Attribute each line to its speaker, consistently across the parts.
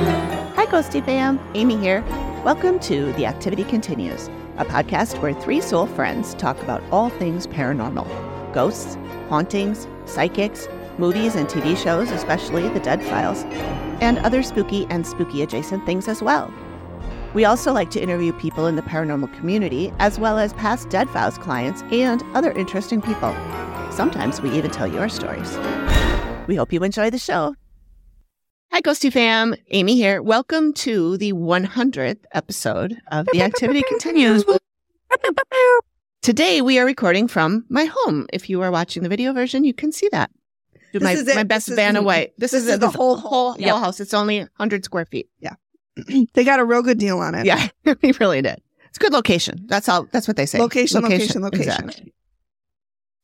Speaker 1: Hi, Ghosty fam. Amy here. Welcome to The Activity Continues, a podcast where three soul friends talk about all things paranormal ghosts, hauntings, psychics, movies and TV shows, especially The Dead Files, and other spooky and spooky adjacent things as well. We also like to interview people in the paranormal community, as well as past Dead Files clients and other interesting people. Sometimes we even tell your stories. We hope you enjoy the show. Hi, Ghosty fam. Amy here. Welcome to the 100th episode of The Activity Continues. Today, we are recording from my home. If you are watching the video version, you can see that. Do
Speaker 2: This
Speaker 1: my,
Speaker 2: is it.
Speaker 1: my best
Speaker 2: This is-
Speaker 1: van away. This,
Speaker 2: this
Speaker 1: is,
Speaker 2: is
Speaker 1: it. the
Speaker 2: the
Speaker 1: whole,
Speaker 2: whole-
Speaker 1: whole, whole
Speaker 2: yep.
Speaker 1: house. It's only 100 square feet.
Speaker 2: They got a real good deal on it.
Speaker 1: Yeah, we really did. It's a good location. That's all. That's what they say.
Speaker 2: Location, location, location.
Speaker 1: Exactly.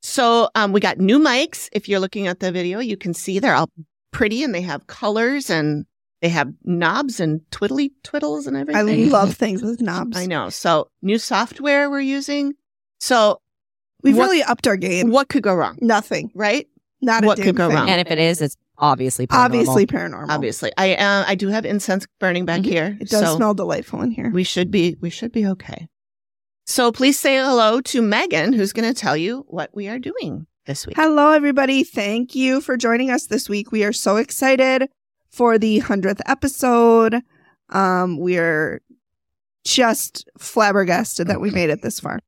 Speaker 1: So um, we got new mics. If you're looking at the video, you can see they're all pretty and they have colors and they have knobs and twiddly twiddles and
Speaker 2: I
Speaker 1: everything.
Speaker 2: love things with knobs.
Speaker 1: I know. So new software we're using. So
Speaker 2: We've
Speaker 1: What-
Speaker 2: really upped our game.
Speaker 1: what could go wrong,
Speaker 2: Nothing.
Speaker 1: right?
Speaker 2: Not a
Speaker 1: What
Speaker 2: damn
Speaker 1: could go
Speaker 2: thing.
Speaker 1: wrong?
Speaker 3: And if it is, it's obviously paranormal.
Speaker 2: Obviously paranormal.
Speaker 1: Obviously, I uh, I do have incense burning back
Speaker 3: Mhm.
Speaker 1: here.
Speaker 2: Mm-hmm. It does
Speaker 1: so
Speaker 2: smell delightful in here.
Speaker 1: we should be we should be okay. So please say hello to Megan, who's going to tell you what we are doing this week.
Speaker 2: Hello, everybody. Thank you for joining us this week. We are so excited for the 100th episode. Um, we're just flabbergasted that we made it this far.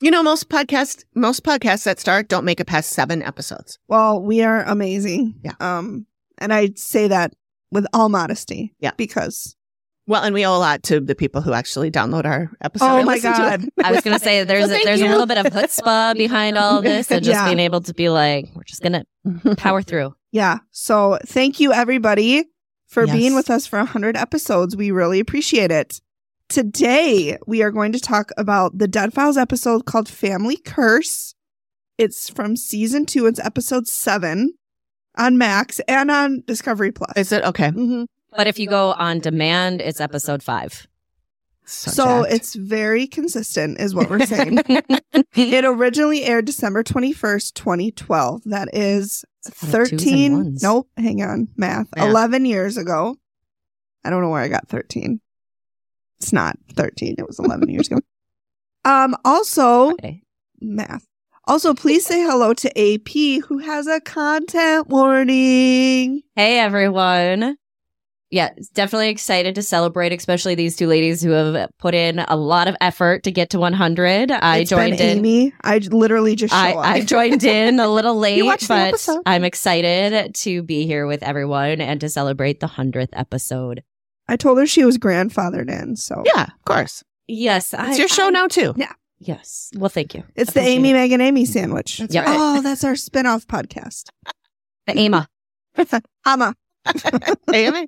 Speaker 1: You know, most podcasts, most podcasts that start don't make it past seven episodes.
Speaker 2: Well, we are amazing.
Speaker 1: Yeah.
Speaker 2: Um, and I say that with all modesty.
Speaker 1: Yeah.
Speaker 2: Because,
Speaker 1: Well, and we owe a lot to the people who actually download our episode.
Speaker 2: oh
Speaker 1: and
Speaker 2: my
Speaker 1: listen to it.
Speaker 2: God.
Speaker 3: I was gonna say there's
Speaker 1: Well,
Speaker 3: a,
Speaker 1: thank
Speaker 3: there's
Speaker 1: you.
Speaker 3: a little bit of chutzpah behind all of this, and just
Speaker 2: Yeah.
Speaker 3: being able to be like, we're just gonna power through.
Speaker 2: Yeah. So thank you everybody for
Speaker 1: Yes.
Speaker 2: being with us for 100 episodes. We really appreciate it. Today, we are going to talk about the Dead Files episode called Family Curse. It's from season two, it's episode seven on Max and on Discovery Plus.
Speaker 1: Is it okay?
Speaker 2: Mhm.
Speaker 3: But if you go on demand, it's episode five.
Speaker 1: So,
Speaker 2: So
Speaker 1: jacked.
Speaker 2: it's very consistent, is what we're saying. it originally aired December 21st, 2012. That is
Speaker 3: A lot of twos and
Speaker 2: 13
Speaker 3: ones.
Speaker 2: nope hang on math
Speaker 1: Math.
Speaker 2: 11 years ago i don't know where i got 13 it's not 13 it was 11 years ago um also
Speaker 3: Okay.
Speaker 2: math also please say hello to ap who has a content warning
Speaker 3: Hey everyone. Yeah, it's definitely excited to celebrate, especially these two ladies who have put in a lot of effort to get to 100. I
Speaker 2: It's
Speaker 3: joined
Speaker 2: been
Speaker 3: in.
Speaker 2: amy i j- literally just show
Speaker 3: I,
Speaker 2: up
Speaker 3: I joined in a little late,
Speaker 1: watched the
Speaker 3: but
Speaker 1: episode.
Speaker 3: I'm excited to be here with everyone and to celebrate the 100th episode.
Speaker 2: I told her she was grandfathered in so
Speaker 1: yeah, of course.
Speaker 3: Yes.
Speaker 1: It's your show now too.
Speaker 3: Yes. Well, thank you.
Speaker 2: it's the
Speaker 3: Appreciate
Speaker 2: amy
Speaker 3: it.
Speaker 2: megan amy sandwich
Speaker 1: That's
Speaker 3: Yep.
Speaker 1: right.
Speaker 2: oh that's our spin-off podcast
Speaker 3: The AMA.
Speaker 2: ama
Speaker 1: AMA.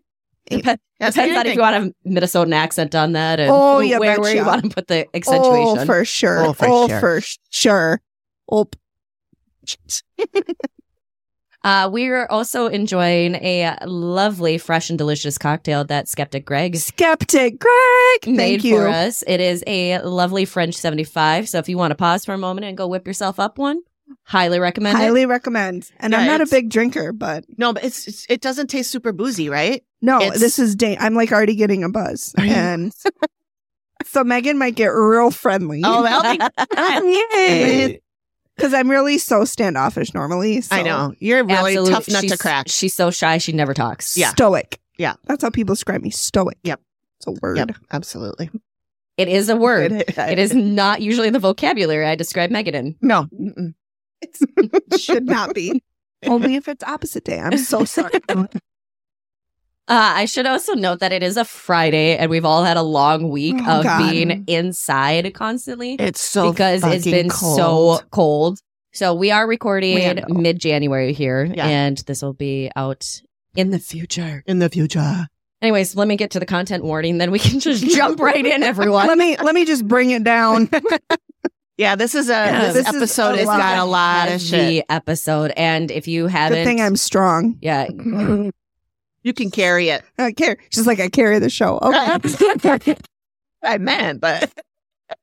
Speaker 3: Depends,
Speaker 1: That's
Speaker 3: depends on if
Speaker 1: anything.
Speaker 3: you want a Minnesotan accent on that and
Speaker 2: Oh,
Speaker 3: who-
Speaker 2: yeah,
Speaker 3: where, where you
Speaker 2: betcha.
Speaker 3: want to put the accentuation.
Speaker 2: oh for sure
Speaker 1: Oh, for sure.
Speaker 2: for sure oh
Speaker 3: uh, we are also enjoying a lovely, fresh, and delicious cocktail that Skeptic Greg
Speaker 2: Skeptic Greg. Thank
Speaker 3: made
Speaker 2: you.
Speaker 3: for us. It is a lovely French 75. So if you want to pause for a moment and go whip yourself up one, highly recommend it.
Speaker 2: Highly recommend. And
Speaker 1: Yeah,
Speaker 2: I'm not a
Speaker 1: it's-
Speaker 2: big drinker, but
Speaker 1: No, but it's, it's it doesn't taste super boozy, right?
Speaker 2: no,
Speaker 1: It's-
Speaker 2: this is day. I'm like already getting a buzz.
Speaker 1: Are you-
Speaker 2: And so Megan might get real friendly.
Speaker 1: Oh, well,
Speaker 2: Yay. Because I'm really so standoffish normally. So
Speaker 1: I know you're a really
Speaker 3: Absolute-
Speaker 1: tough nut to
Speaker 3: she's-
Speaker 1: crack.
Speaker 3: She's so shy, she never talks.
Speaker 1: Yeah.
Speaker 2: Stoic.
Speaker 1: Yeah.
Speaker 2: That's how people describe me. Stoic.
Speaker 1: Yep.
Speaker 2: It's a word.
Speaker 1: Yep, absolutely.
Speaker 3: It is a word.
Speaker 1: It,
Speaker 3: It is not usually the vocabulary I describe Megan in.
Speaker 1: No. Mm-mm.
Speaker 2: It should not be. Only if it's opposite day. I'm so sorry.
Speaker 3: Uh, I should also note that it is a Friday, and we've all had a long week
Speaker 2: Oh,
Speaker 3: of
Speaker 2: God.
Speaker 3: being inside constantly
Speaker 1: It's so
Speaker 3: because it's
Speaker 1: fucking
Speaker 3: been
Speaker 1: cold.
Speaker 3: so cold. So we are recording
Speaker 1: know.
Speaker 3: mid January here,
Speaker 1: Yeah.
Speaker 3: and this will be out in the future.
Speaker 1: in the future.
Speaker 3: Anyways, let me get to the content warning, then we can just jump right in, everyone.
Speaker 2: let me let me just bring it down.
Speaker 1: Yeah, this is a
Speaker 3: Yeah,
Speaker 1: this,
Speaker 2: this is
Speaker 1: episode
Speaker 2: a
Speaker 1: has
Speaker 2: lot.
Speaker 1: got a lot of shit.
Speaker 3: The episode, and if you haven't,
Speaker 2: Good thing I'm strong.
Speaker 3: yeah,
Speaker 1: you can carry it.
Speaker 2: I care. She's like I carry the show. Okay.
Speaker 1: I meant, but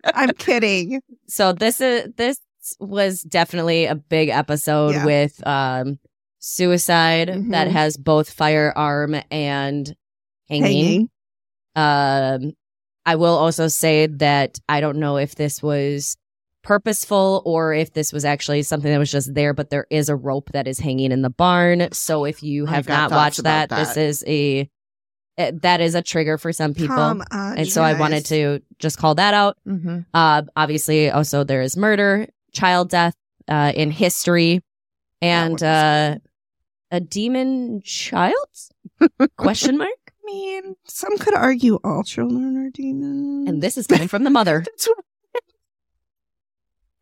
Speaker 2: I'm kidding.
Speaker 3: so this is this was definitely a big episode
Speaker 2: Yeah.
Speaker 3: with um suicide
Speaker 2: Mhm.
Speaker 1: Mm-hmm.
Speaker 3: that has both firearm and hanging,
Speaker 2: Hanging.
Speaker 3: Um, I will also say that I don't know if this was purposeful or if this was actually something that was just there, but there is a rope that is hanging in the barn. So if you
Speaker 1: I
Speaker 3: have
Speaker 1: got
Speaker 3: not
Speaker 1: thoughts
Speaker 3: watched
Speaker 1: about
Speaker 3: that, this
Speaker 1: that.
Speaker 3: is a eh, that is a trigger for some people.
Speaker 2: Come on,
Speaker 3: and so I
Speaker 2: guys.
Speaker 3: wanted to just call that out.
Speaker 1: Mm-hmm.
Speaker 3: Uh, obviously, also there is murder, child death uh, in history, and
Speaker 1: one's
Speaker 3: uh, a demon child? Question mark.
Speaker 2: I mean, some could argue all children are demons.
Speaker 3: And this is coming from the mother.
Speaker 1: That's what-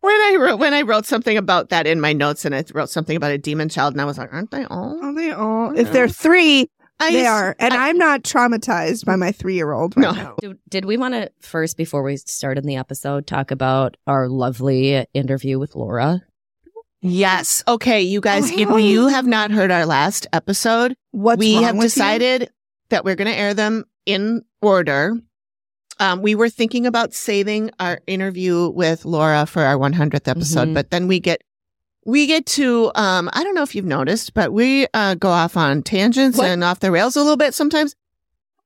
Speaker 1: when I wrote when I wrote something about that in my notes, and I wrote something about a demon child, and I was like, "Aren't they all?"
Speaker 2: Are they all?
Speaker 1: Yeah.
Speaker 2: If they're three,
Speaker 1: I
Speaker 2: they
Speaker 1: s-
Speaker 2: are. And I, am not traumatized by my three year old.
Speaker 1: No.
Speaker 2: Right now.
Speaker 3: Did, did we want to first, before we started the episode, talk about our lovely interview with Laura?
Speaker 1: Yes. Okay, you guys. If you have not heard our last episode,
Speaker 2: What's
Speaker 1: we
Speaker 2: wrong
Speaker 1: have
Speaker 2: with you?
Speaker 1: decided that we're going to air them in order. Um, we were thinking about saving our interview with Laura for our 100th episode,
Speaker 2: Mm-hmm.
Speaker 3: Mhm.
Speaker 1: but then we get we get to um, I don't know if you've noticed, but we uh, go off on tangents
Speaker 3: What?
Speaker 1: and off the rails a little bit sometimes.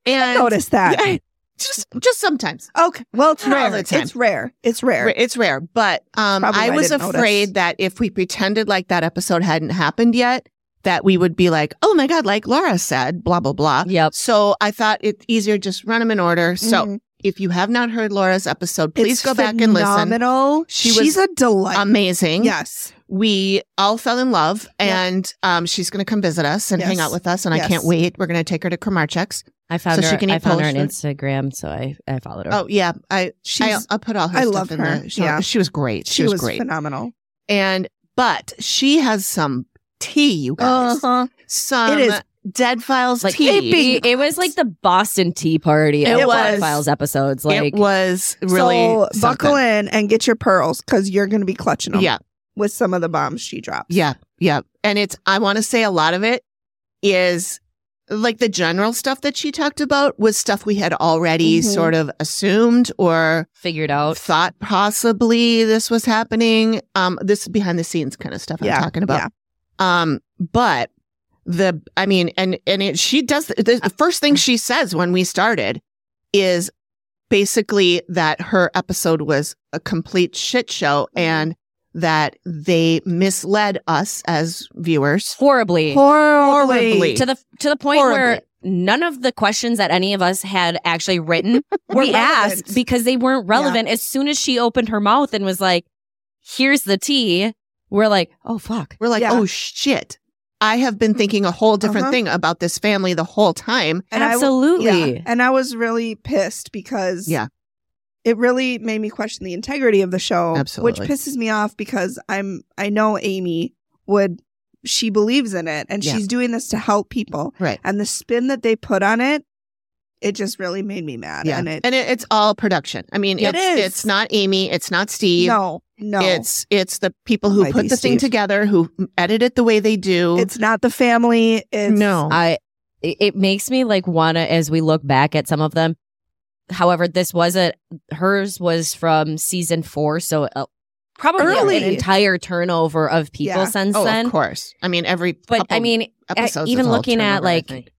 Speaker 1: And
Speaker 2: Notice that.
Speaker 1: Yeah, just just sometimes.
Speaker 2: Okay. Well, it's
Speaker 1: All the
Speaker 2: rare.
Speaker 1: time.
Speaker 2: It's rare. It's rare.
Speaker 1: It's rare, but um,
Speaker 2: Probably
Speaker 1: I
Speaker 2: why I
Speaker 1: was
Speaker 2: didn't notice.
Speaker 1: afraid that if we pretended like that episode hadn't happened yet, that we would be like, "Oh my god!" Like Laura said, blah blah blah.
Speaker 3: Yep.
Speaker 1: So I thought it's easier just run them in order. So
Speaker 2: Mhm.
Speaker 1: if you have not heard Laura's episode, please
Speaker 2: It's
Speaker 1: go back and listen.
Speaker 2: phenomenal.
Speaker 1: She
Speaker 2: She's a delight.
Speaker 1: Amazing.
Speaker 2: yes.
Speaker 1: We all fell in love
Speaker 2: Yep.
Speaker 1: and um, she's going to come visit us and hang
Speaker 2: Yes.
Speaker 1: out with us. And I
Speaker 2: Yes.
Speaker 1: can't wait. We're going to take her to Kramarchek's.
Speaker 3: I found
Speaker 1: So she
Speaker 3: her.
Speaker 1: can eat
Speaker 3: I found her on
Speaker 1: Polish
Speaker 3: Instagram, so I, I followed her.
Speaker 1: Oh, yeah. I, I,
Speaker 2: She's,
Speaker 1: I'll put all her
Speaker 2: I
Speaker 1: stuff
Speaker 2: love
Speaker 1: in
Speaker 2: her.
Speaker 1: the show.
Speaker 2: Yeah.
Speaker 1: She was great. She,
Speaker 2: she
Speaker 1: was,
Speaker 2: was
Speaker 1: great.
Speaker 2: phenomenal.
Speaker 1: and, but she has some tea, you guys.
Speaker 2: Uh-huh.
Speaker 1: Some
Speaker 2: It is-
Speaker 1: Dead Files
Speaker 3: like
Speaker 1: tea.
Speaker 3: It, it was like the Boston Tea Party.
Speaker 1: It
Speaker 3: It
Speaker 1: was.
Speaker 3: was Files episodes. Like
Speaker 1: it was really.
Speaker 2: so buckle
Speaker 1: something.
Speaker 2: in and get your pearls because you're going to be clutching them
Speaker 1: Yeah.
Speaker 2: with some of the bombs she drops.
Speaker 1: Yeah, yeah. And it's I want to say a lot of it is like the general stuff that she talked about was stuff we had already
Speaker 2: Mhm.
Speaker 1: sort of assumed or
Speaker 3: figured out.
Speaker 1: thought possibly this was happening. Um this behind the scenes kind of stuff
Speaker 2: Yeah,
Speaker 1: I'm talking about. Um but the I mean and and it, she does the, the first thing she says when we started is basically that her episode was a complete shit show
Speaker 2: Mm-hmm.
Speaker 1: and that they misled us as viewers.
Speaker 3: Horribly.
Speaker 2: Horribly.
Speaker 1: Horribly.
Speaker 3: to the to the point
Speaker 1: Horribly.
Speaker 3: where none of the questions that any of us had actually written were
Speaker 2: Relevant.
Speaker 3: asked because they weren't relevant. As soon as she opened her mouth and was like, "Here's the tea," we're like, "Oh fuck."
Speaker 1: We're like,
Speaker 2: Yeah.
Speaker 1: oh shit. I have been thinking a whole different
Speaker 2: Uh-huh.
Speaker 1: thing about this family the whole time.
Speaker 2: And I w-
Speaker 3: Absolutely.
Speaker 2: yeah. And I was really pissed because
Speaker 1: Yeah.
Speaker 2: it really made me question the integrity of the show,
Speaker 1: Absolutely.
Speaker 2: which pisses me off because I'm I know Amy would she believes in it and
Speaker 1: Yeah.
Speaker 2: she's doing this to help people.
Speaker 1: Right.
Speaker 2: And the spin that they put on it, it just really made me mad.
Speaker 1: Yeah.
Speaker 2: And it,
Speaker 1: it's all production. I mean,
Speaker 2: It
Speaker 1: it's,
Speaker 2: is.
Speaker 1: it's not Amy. It's not Steve.
Speaker 2: no, no.
Speaker 1: It's it's the people who
Speaker 2: Might
Speaker 1: put
Speaker 2: be
Speaker 1: the thing
Speaker 2: Steve.
Speaker 1: together, who edit it the way they do.
Speaker 2: it's not the family. It's
Speaker 1: no.
Speaker 3: I it it makes me like wanna as we look back at some of them. However, this wasn't hers was from season four, so uh, probably
Speaker 2: Early.
Speaker 3: an entire turnover of people
Speaker 2: Yeah.
Speaker 3: since
Speaker 1: oh,
Speaker 3: then.
Speaker 1: of course. I mean, every
Speaker 3: But
Speaker 1: couple
Speaker 3: I mean,
Speaker 1: episodes,
Speaker 3: even
Speaker 1: it's all
Speaker 3: looking at,
Speaker 1: turnover, I
Speaker 3: like,
Speaker 1: think.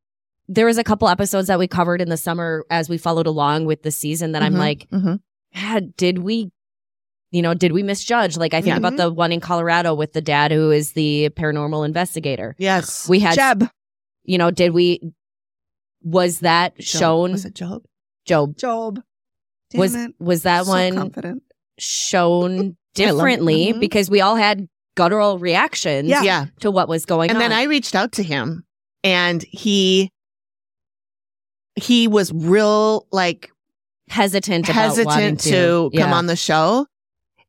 Speaker 3: there was a couple episodes that we covered in the summer as we followed along with the season that
Speaker 1: Mhm,
Speaker 3: I'm like,
Speaker 1: mhm.
Speaker 3: God, did we, you know, did we misjudge? Like I think
Speaker 1: Yeah.
Speaker 3: about the one in Colorado with the dad who is the paranormal investigator.
Speaker 1: yes,
Speaker 3: We had,
Speaker 2: Jeb.
Speaker 3: you know, did we? Was that shown?
Speaker 1: Was it Job?
Speaker 3: Job
Speaker 2: Job. Damn
Speaker 3: was
Speaker 2: it.
Speaker 3: was that
Speaker 2: So
Speaker 3: one
Speaker 2: confident.
Speaker 3: shown
Speaker 1: I love it.
Speaker 3: differently
Speaker 1: Mhm.
Speaker 3: because we all had guttural reactions
Speaker 2: Yeah.
Speaker 1: yeah.
Speaker 3: to what was going
Speaker 1: and
Speaker 3: on.
Speaker 1: then I reached out to him and he he was real like
Speaker 3: hesitant, about wanting
Speaker 1: hesitant to, come
Speaker 3: yeah.
Speaker 1: on the show.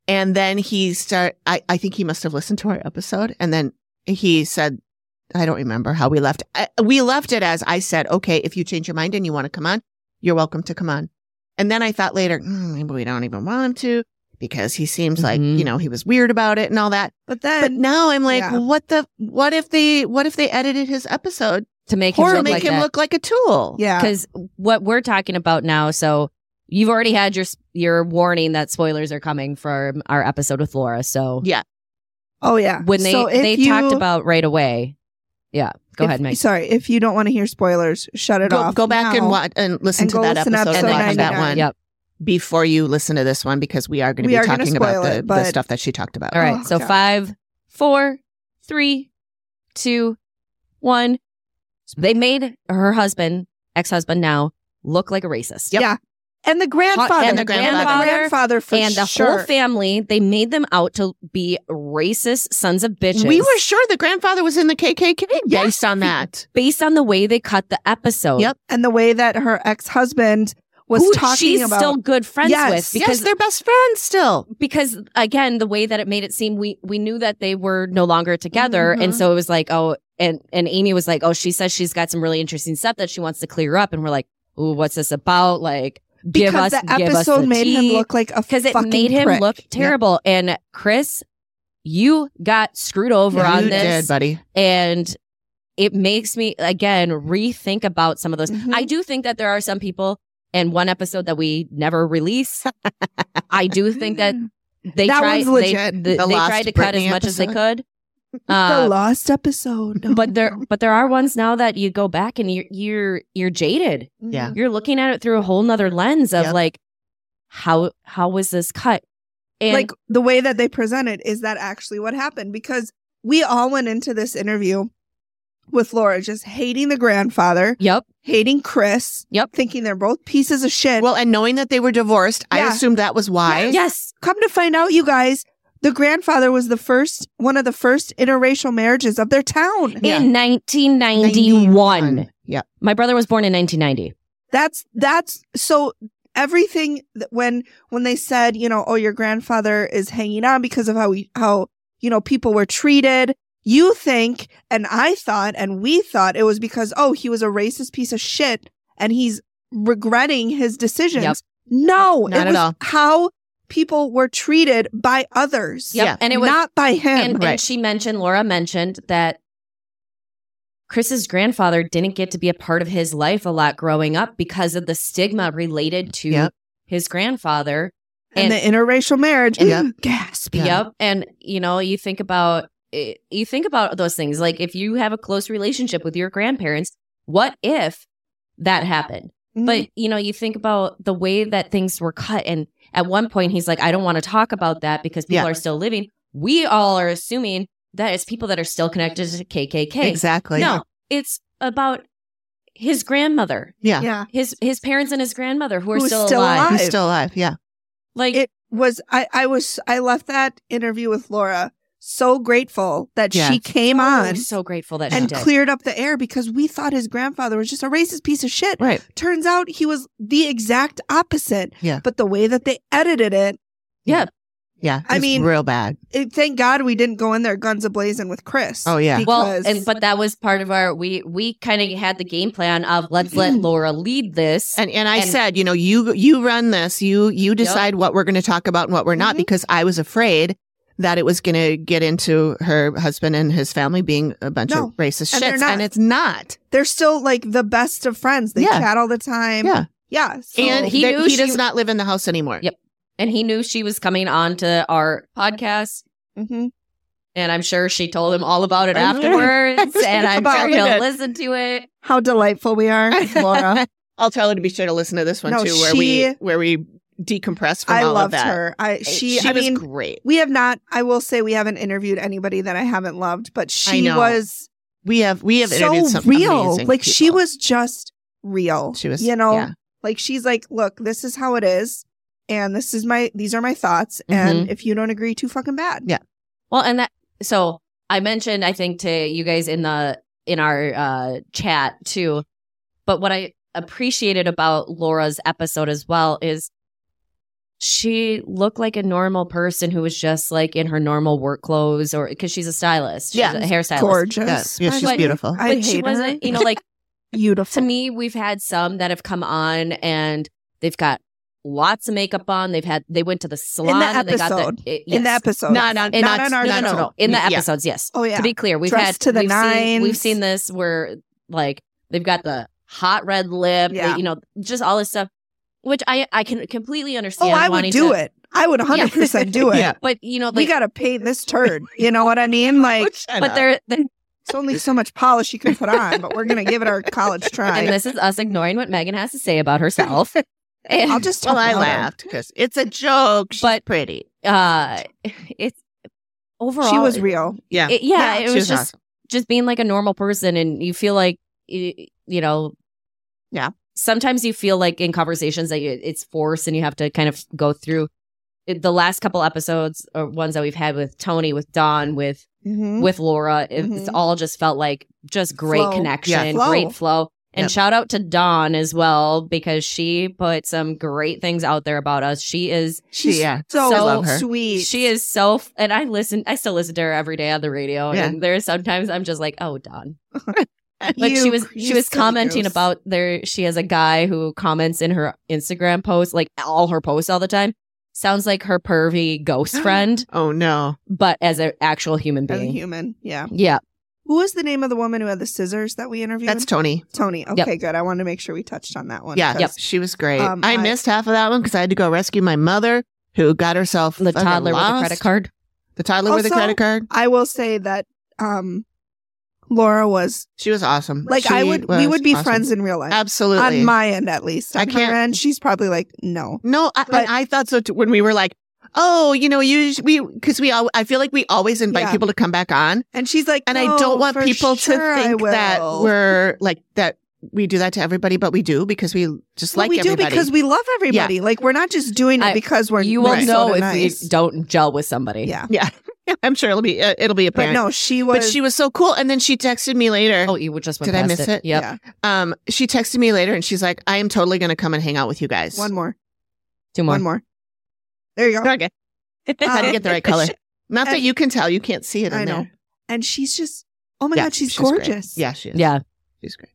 Speaker 1: And then he start I, I think he must have listened to our episode and then he said I don't remember how we left. I, we left it as I said, okay, if you change your mind and you want to come on, you're welcome to come on. And then I thought later, "Hmm, maybe we don't even want him to because he seems like,
Speaker 3: Mhm.
Speaker 1: you know, he was weird about it and all that.
Speaker 2: But
Speaker 1: But
Speaker 2: then
Speaker 1: now I'm like,
Speaker 2: yeah.
Speaker 1: well, what the? What if they? What if they edited his episode
Speaker 3: to make him
Speaker 1: or
Speaker 3: look
Speaker 1: make
Speaker 3: like
Speaker 1: him
Speaker 3: that.
Speaker 1: look like a tool?
Speaker 2: yeah.
Speaker 3: because what we're talking about now so you've already had your your warning that spoilers are coming from our episode with laura so
Speaker 1: Yeah.
Speaker 2: Oh yeah.
Speaker 3: when they
Speaker 2: So if
Speaker 3: they
Speaker 2: you-
Speaker 3: talked about right away Yeah. Go
Speaker 2: If-
Speaker 3: ahead, Meg.
Speaker 2: Sorry, if you don't want to hear spoilers, shut it
Speaker 1: Go,
Speaker 2: off.
Speaker 1: go back and
Speaker 2: now.
Speaker 1: watch and listen
Speaker 2: and
Speaker 1: to
Speaker 2: go
Speaker 1: that
Speaker 2: listen to
Speaker 1: episode
Speaker 2: episode
Speaker 1: and watch that
Speaker 2: 99.
Speaker 1: one
Speaker 3: Yep.
Speaker 1: before you listen to this one because we are going to
Speaker 2: We
Speaker 1: be
Speaker 2: are gonna
Speaker 1: talking about
Speaker 2: spoil
Speaker 1: the,
Speaker 2: it,
Speaker 1: the
Speaker 2: but-
Speaker 1: stuff that she talked about.
Speaker 3: All right.
Speaker 2: Oh,
Speaker 3: so
Speaker 2: God.
Speaker 3: five, four, three, two, one. They made her husband, ex husband now, look like a racist.
Speaker 1: Yep.
Speaker 2: Yeah. And the grandfather.
Speaker 1: and the grandfather.
Speaker 2: grandfather for
Speaker 3: and the
Speaker 2: sure.
Speaker 3: whole family, they made them out to be racist sons of bitches.
Speaker 1: We were sure the grandfather was in the KKK based on that.
Speaker 3: based on the way they cut the episode.
Speaker 1: Yep.
Speaker 2: and the way that her ex husband was
Speaker 3: Who
Speaker 2: talking
Speaker 3: she's
Speaker 2: about.
Speaker 3: still good friends
Speaker 2: Yes.
Speaker 3: with because
Speaker 1: yes, they're best friends still.
Speaker 3: because again the way that it made it seem we we knew that they were no longer together and
Speaker 2: Mhm.
Speaker 3: so it was like oh and and Amy was like oh she says she's got some really interesting stuff that she wants to clear up and we're like ooh what's this about like give
Speaker 2: because
Speaker 3: us
Speaker 2: the
Speaker 3: give us
Speaker 2: episode
Speaker 3: the
Speaker 2: made
Speaker 3: tea.
Speaker 2: him look like a
Speaker 3: because it
Speaker 2: fucking
Speaker 3: made him
Speaker 2: prick.
Speaker 3: look terrible and Chris you got screwed over
Speaker 2: Yeah,
Speaker 3: on
Speaker 1: you
Speaker 3: this
Speaker 1: did, buddy.
Speaker 3: and it makes me again rethink about some of those.
Speaker 2: Mhm.
Speaker 3: I do think that there are some people and one episode that we never release. I do think that
Speaker 2: Mm-hmm.
Speaker 3: they
Speaker 2: That
Speaker 3: tried
Speaker 2: one's legit.
Speaker 3: they, the-
Speaker 1: The
Speaker 3: they
Speaker 1: Lost
Speaker 3: tried to cut as
Speaker 1: Britney
Speaker 3: much as they could.
Speaker 2: the
Speaker 3: Uh,
Speaker 2: lost episode. No.
Speaker 3: but there but there are ones now that you go back and you're you're you're jaded.
Speaker 2: Mm-hmm.
Speaker 1: Yeah.
Speaker 3: You're looking at it through a whole nother lens of
Speaker 1: Yep.
Speaker 3: like how how was this cut? And
Speaker 2: like the way that they present it is that actually what happened because we all went into this interview with Laura just hating the grandfather,
Speaker 3: yep,
Speaker 2: hating Chris,
Speaker 3: Yep.
Speaker 2: thinking they're both pieces of shit.
Speaker 1: Well, and knowing that they were divorced, I
Speaker 2: Yeah.
Speaker 1: assumed that was why.
Speaker 3: yes,
Speaker 2: come to find out, you guys, the grandfather was the first one of the first interracial marriages of their town.
Speaker 1: Yeah.
Speaker 3: in 1991.
Speaker 1: Yeah.
Speaker 3: My brother was born in 1990.
Speaker 2: That's that's so everything that when when they said you know oh your grandfather is hanging on because of how we how you know people were treated. You think and I thought and we thought it was because oh he was a racist piece of shit and he's regretting his decisions.
Speaker 3: Yep.
Speaker 2: No,
Speaker 1: Not
Speaker 2: it
Speaker 1: at
Speaker 2: was
Speaker 1: all.
Speaker 2: How people were treated by others,
Speaker 3: Yep.
Speaker 1: Yeah.
Speaker 3: And it was
Speaker 2: not by him.
Speaker 3: and, and
Speaker 1: right.
Speaker 3: she mentioned Laura mentioned that Chris's grandfather didn't get to be a part of his life a lot growing up because of the stigma related to
Speaker 1: Yep.
Speaker 3: his grandfather.
Speaker 2: and, the interracial marriage. Mm,
Speaker 1: And- Yep.
Speaker 2: Gasp.
Speaker 1: Yeah.
Speaker 3: Yep. And you know, you think about it- you think about those things like if you have a close relationship with your grandparents, what if that happened? But you know, you think about the way that things were cut and at one point he's like I don't want to talk about that because people
Speaker 1: Yeah.
Speaker 3: are still living. We all are assuming that it's people that are still connected to KKK.
Speaker 1: Exactly.
Speaker 3: No, it's about his grandmother,
Speaker 1: Yeah.
Speaker 2: yeah,
Speaker 3: his his parents and his grandmother who are
Speaker 2: Who's
Speaker 3: still,
Speaker 2: still
Speaker 3: alive.
Speaker 2: alive.
Speaker 1: He's still alive. Yeah.
Speaker 3: Like
Speaker 2: it was. I I was. I left that interview with Laura so grateful that
Speaker 1: Yes.
Speaker 2: she came
Speaker 3: I'm
Speaker 2: on
Speaker 3: so grateful that she
Speaker 2: and
Speaker 3: did.
Speaker 2: cleared up the air because we thought his grandfather was just a racist piece of shit.
Speaker 1: Right.
Speaker 2: Turns out he was the exact opposite.
Speaker 1: Yeah.
Speaker 2: But the way that they edited it,
Speaker 3: yeah,
Speaker 1: Yeah.
Speaker 2: I
Speaker 1: It's
Speaker 2: mean-
Speaker 1: real bad.
Speaker 2: it thank God we didn't go in there guns a blazing with Chris.
Speaker 1: Oh, yeah.
Speaker 3: well,
Speaker 2: because-
Speaker 3: and but that was part of our we we kind of had the game plan of let's let Laura lead this.
Speaker 1: And and I
Speaker 3: And-
Speaker 1: said, you know, you you run this, you you decide what we're going to talk about and what we're not,
Speaker 2: Mhm.
Speaker 1: because I was afraid that it was going to get into her husband and his family being a bunch
Speaker 2: No.
Speaker 1: of racist
Speaker 2: And they're
Speaker 1: shits,
Speaker 2: not.
Speaker 1: and it's not.
Speaker 2: they're still like the best of friends. They
Speaker 1: Yeah.
Speaker 2: chat all the time.
Speaker 1: Yeah.
Speaker 2: Yeah. So,
Speaker 1: and
Speaker 3: he
Speaker 1: he,
Speaker 3: knew
Speaker 1: he
Speaker 3: she-
Speaker 1: does not live in the house anymore.
Speaker 3: Yep. and he knew she was coming on to our podcast.
Speaker 2: Mhm.
Speaker 3: And I'm sure she told him all about it
Speaker 1: I'm sure-
Speaker 3: afterwards. and I'm
Speaker 2: About
Speaker 3: sure he'll
Speaker 1: it.
Speaker 3: listen to it.
Speaker 2: how delightful we are, Laura.
Speaker 1: I'll tell her to be sure to listen to this one
Speaker 2: No,
Speaker 1: too, where
Speaker 2: she-
Speaker 1: we where we decompress from
Speaker 2: I
Speaker 1: all
Speaker 2: loved
Speaker 1: of that.
Speaker 2: her. I she, I
Speaker 1: was
Speaker 2: mean
Speaker 1: great.
Speaker 2: we have not I will say we haven't interviewed anybody that I haven't loved, but she
Speaker 1: know.
Speaker 2: was
Speaker 1: We have we have
Speaker 2: so
Speaker 1: interviewed some
Speaker 2: real.
Speaker 1: amazing
Speaker 2: Like she
Speaker 1: people.
Speaker 2: was just real.
Speaker 1: she was
Speaker 2: you know,
Speaker 1: yeah.
Speaker 2: like she's like, look, this is how it is, and this is my these are my thoughts,
Speaker 1: Mm-hmm.
Speaker 2: and if you don't agree, too fucking bad.
Speaker 1: Yeah.
Speaker 3: Well, and that so I mentioned I think to you guys in the in our uh chat too. But what I appreciated about Laura's episode as well is she looked like a normal person who was just like in her normal work clothes or because she's a stylist. She's
Speaker 1: Yeah.
Speaker 3: a hairstylist.
Speaker 1: yeah,
Speaker 2: Gorgeous.
Speaker 1: yeah,
Speaker 2: I
Speaker 1: she's
Speaker 2: like-
Speaker 1: beautiful.
Speaker 2: I
Speaker 3: But she
Speaker 2: hate
Speaker 3: wasn't,
Speaker 2: her.
Speaker 3: you know, like to
Speaker 2: beautiful.
Speaker 3: me, we've had some that have come on and they've got lots of makeup on. They've had they went to the salon and they got
Speaker 2: episode.
Speaker 3: the it-
Speaker 2: In the
Speaker 3: yes.
Speaker 2: episode.
Speaker 1: Not on-
Speaker 3: And
Speaker 2: not on our
Speaker 3: no, no, no, no.
Speaker 2: episode.
Speaker 3: in the
Speaker 1: Yeah.
Speaker 3: episodes. Yes,
Speaker 2: Oh yeah.
Speaker 3: to be clear, we've
Speaker 2: Dressed to
Speaker 3: had
Speaker 2: the
Speaker 3: we've Seen, we've
Speaker 2: nines.
Speaker 3: seen this where like they've got the hot red lip, they-
Speaker 2: Yeah.
Speaker 3: you know, just all this stuff, which I I can completely
Speaker 2: oh,
Speaker 3: understand.
Speaker 2: I would
Speaker 3: wanting
Speaker 2: do
Speaker 3: to-
Speaker 2: it. I would 100% do it.
Speaker 1: Yeah.
Speaker 3: but you know, like,
Speaker 2: we got to paint this turd. You know what I mean? Like,
Speaker 3: but there, there-
Speaker 2: It's only so much polish you can put on, but we're going to give it our college try.
Speaker 3: And this is us ignoring what Megan has to say about herself. And,
Speaker 2: I'll just
Speaker 1: Well, I
Speaker 2: about her.
Speaker 1: laughed because it's a joke. She's
Speaker 3: But-
Speaker 1: pretty.
Speaker 3: uh, it's overall.
Speaker 2: She was real.
Speaker 1: Yeah.
Speaker 3: it- yeah, it
Speaker 1: she
Speaker 3: was, just
Speaker 1: awesome.
Speaker 3: just being like a normal person, and you feel like y- you know,
Speaker 1: Yeah.
Speaker 3: Sometimes you feel like in conversations that you, it's forced, and you have to kind of go through it- the last couple episodes or ones that we've had with Tony, with Don, with
Speaker 2: Mhm.
Speaker 3: with Laura. It, It's
Speaker 2: Mhm.
Speaker 3: all just felt like just great
Speaker 2: Flow.
Speaker 3: connection,
Speaker 2: Yeah. Flow.
Speaker 3: great flow. And
Speaker 1: Yep.
Speaker 3: shout out to Dawn as well because she put some great things out there about us. She is
Speaker 1: She, yeah.
Speaker 2: so
Speaker 3: so
Speaker 1: love her.
Speaker 2: sweet.
Speaker 3: she is so f- and I listen I still listen to her every day on the radio
Speaker 1: Yeah.
Speaker 3: and there's sometimes I'm just like, "Oh, Dawn." Like
Speaker 2: You-
Speaker 3: she was
Speaker 2: you
Speaker 3: she was
Speaker 2: silly
Speaker 3: commenting
Speaker 2: goose.
Speaker 3: about there she has a guy who comments in her Instagram posts like all her posts all the time. Sounds like her pervy ghost friend,
Speaker 1: Oh, no.
Speaker 3: but as an actual human
Speaker 2: as a
Speaker 3: being.
Speaker 2: human. Yeah.
Speaker 3: yeah.
Speaker 2: Who was the name of the woman who had the scissors that we interviewed?
Speaker 1: That's Tony.
Speaker 2: Tony. Okay, good. I wanted to make sure we touched on that one.
Speaker 1: Yeah.
Speaker 2: 'cause-
Speaker 3: Yep.
Speaker 1: She was great.
Speaker 2: Um,
Speaker 1: I,
Speaker 2: I-
Speaker 1: missed half of that one because I had to go rescue my mother who got herself
Speaker 3: The
Speaker 1: fucking
Speaker 3: toddler with the
Speaker 1: lost.
Speaker 3: credit card.
Speaker 1: The toddler with the
Speaker 2: Also-
Speaker 1: credit card.
Speaker 2: I will say that um Laura was
Speaker 1: She was awesome.
Speaker 2: like
Speaker 1: She
Speaker 2: I would
Speaker 1: was
Speaker 2: we would be
Speaker 1: awesome.
Speaker 2: friends in real life.
Speaker 1: Absolutely.
Speaker 2: On my end at least. On
Speaker 1: I can't-
Speaker 2: her end, she's probably like, no.
Speaker 1: No, I,
Speaker 2: But-
Speaker 1: I thought so too, when we were like, oh, you know, you sh- we because we all I feel like we always invite
Speaker 2: Yeah.
Speaker 1: people to come back on,
Speaker 2: And she's like,
Speaker 1: and
Speaker 2: "No,
Speaker 1: I don't want
Speaker 2: for
Speaker 1: people
Speaker 2: sure
Speaker 1: to
Speaker 2: I
Speaker 1: think that
Speaker 2: will."
Speaker 1: we're like that we do that to everybody, but we do because we just
Speaker 2: Well,
Speaker 1: like
Speaker 2: we
Speaker 1: everybody.
Speaker 2: do because we love everybody. Like we're not just doing it
Speaker 3: I-
Speaker 2: because we're
Speaker 3: you will
Speaker 2: we're
Speaker 3: know
Speaker 2: so
Speaker 3: if
Speaker 2: nice.
Speaker 3: you don't gel with somebody.
Speaker 2: Yeah.
Speaker 1: I'm sure it'll be uh, it'll be
Speaker 2: But
Speaker 1: apparent.
Speaker 2: no, she was
Speaker 1: but she was so cool, and then she texted me later.
Speaker 3: Oh, you would just went
Speaker 1: Did I
Speaker 3: past
Speaker 1: miss it?
Speaker 3: Yep.
Speaker 2: yeah.
Speaker 1: Um, she texted me later, and she's like, "I am totally going to come and hang out with you guys."
Speaker 2: One more.
Speaker 3: Two more.
Speaker 2: One more. There you go. Um,
Speaker 1: okay, how to get the right color. Not that
Speaker 2: and-
Speaker 1: you can tell; you can't see it. In
Speaker 2: I know.
Speaker 1: There.
Speaker 2: And she's just oh my
Speaker 1: Yeah,
Speaker 2: god, she's,
Speaker 1: she's great.
Speaker 2: gorgeous.
Speaker 1: Yeah, she is.
Speaker 3: Yeah.
Speaker 1: she's great.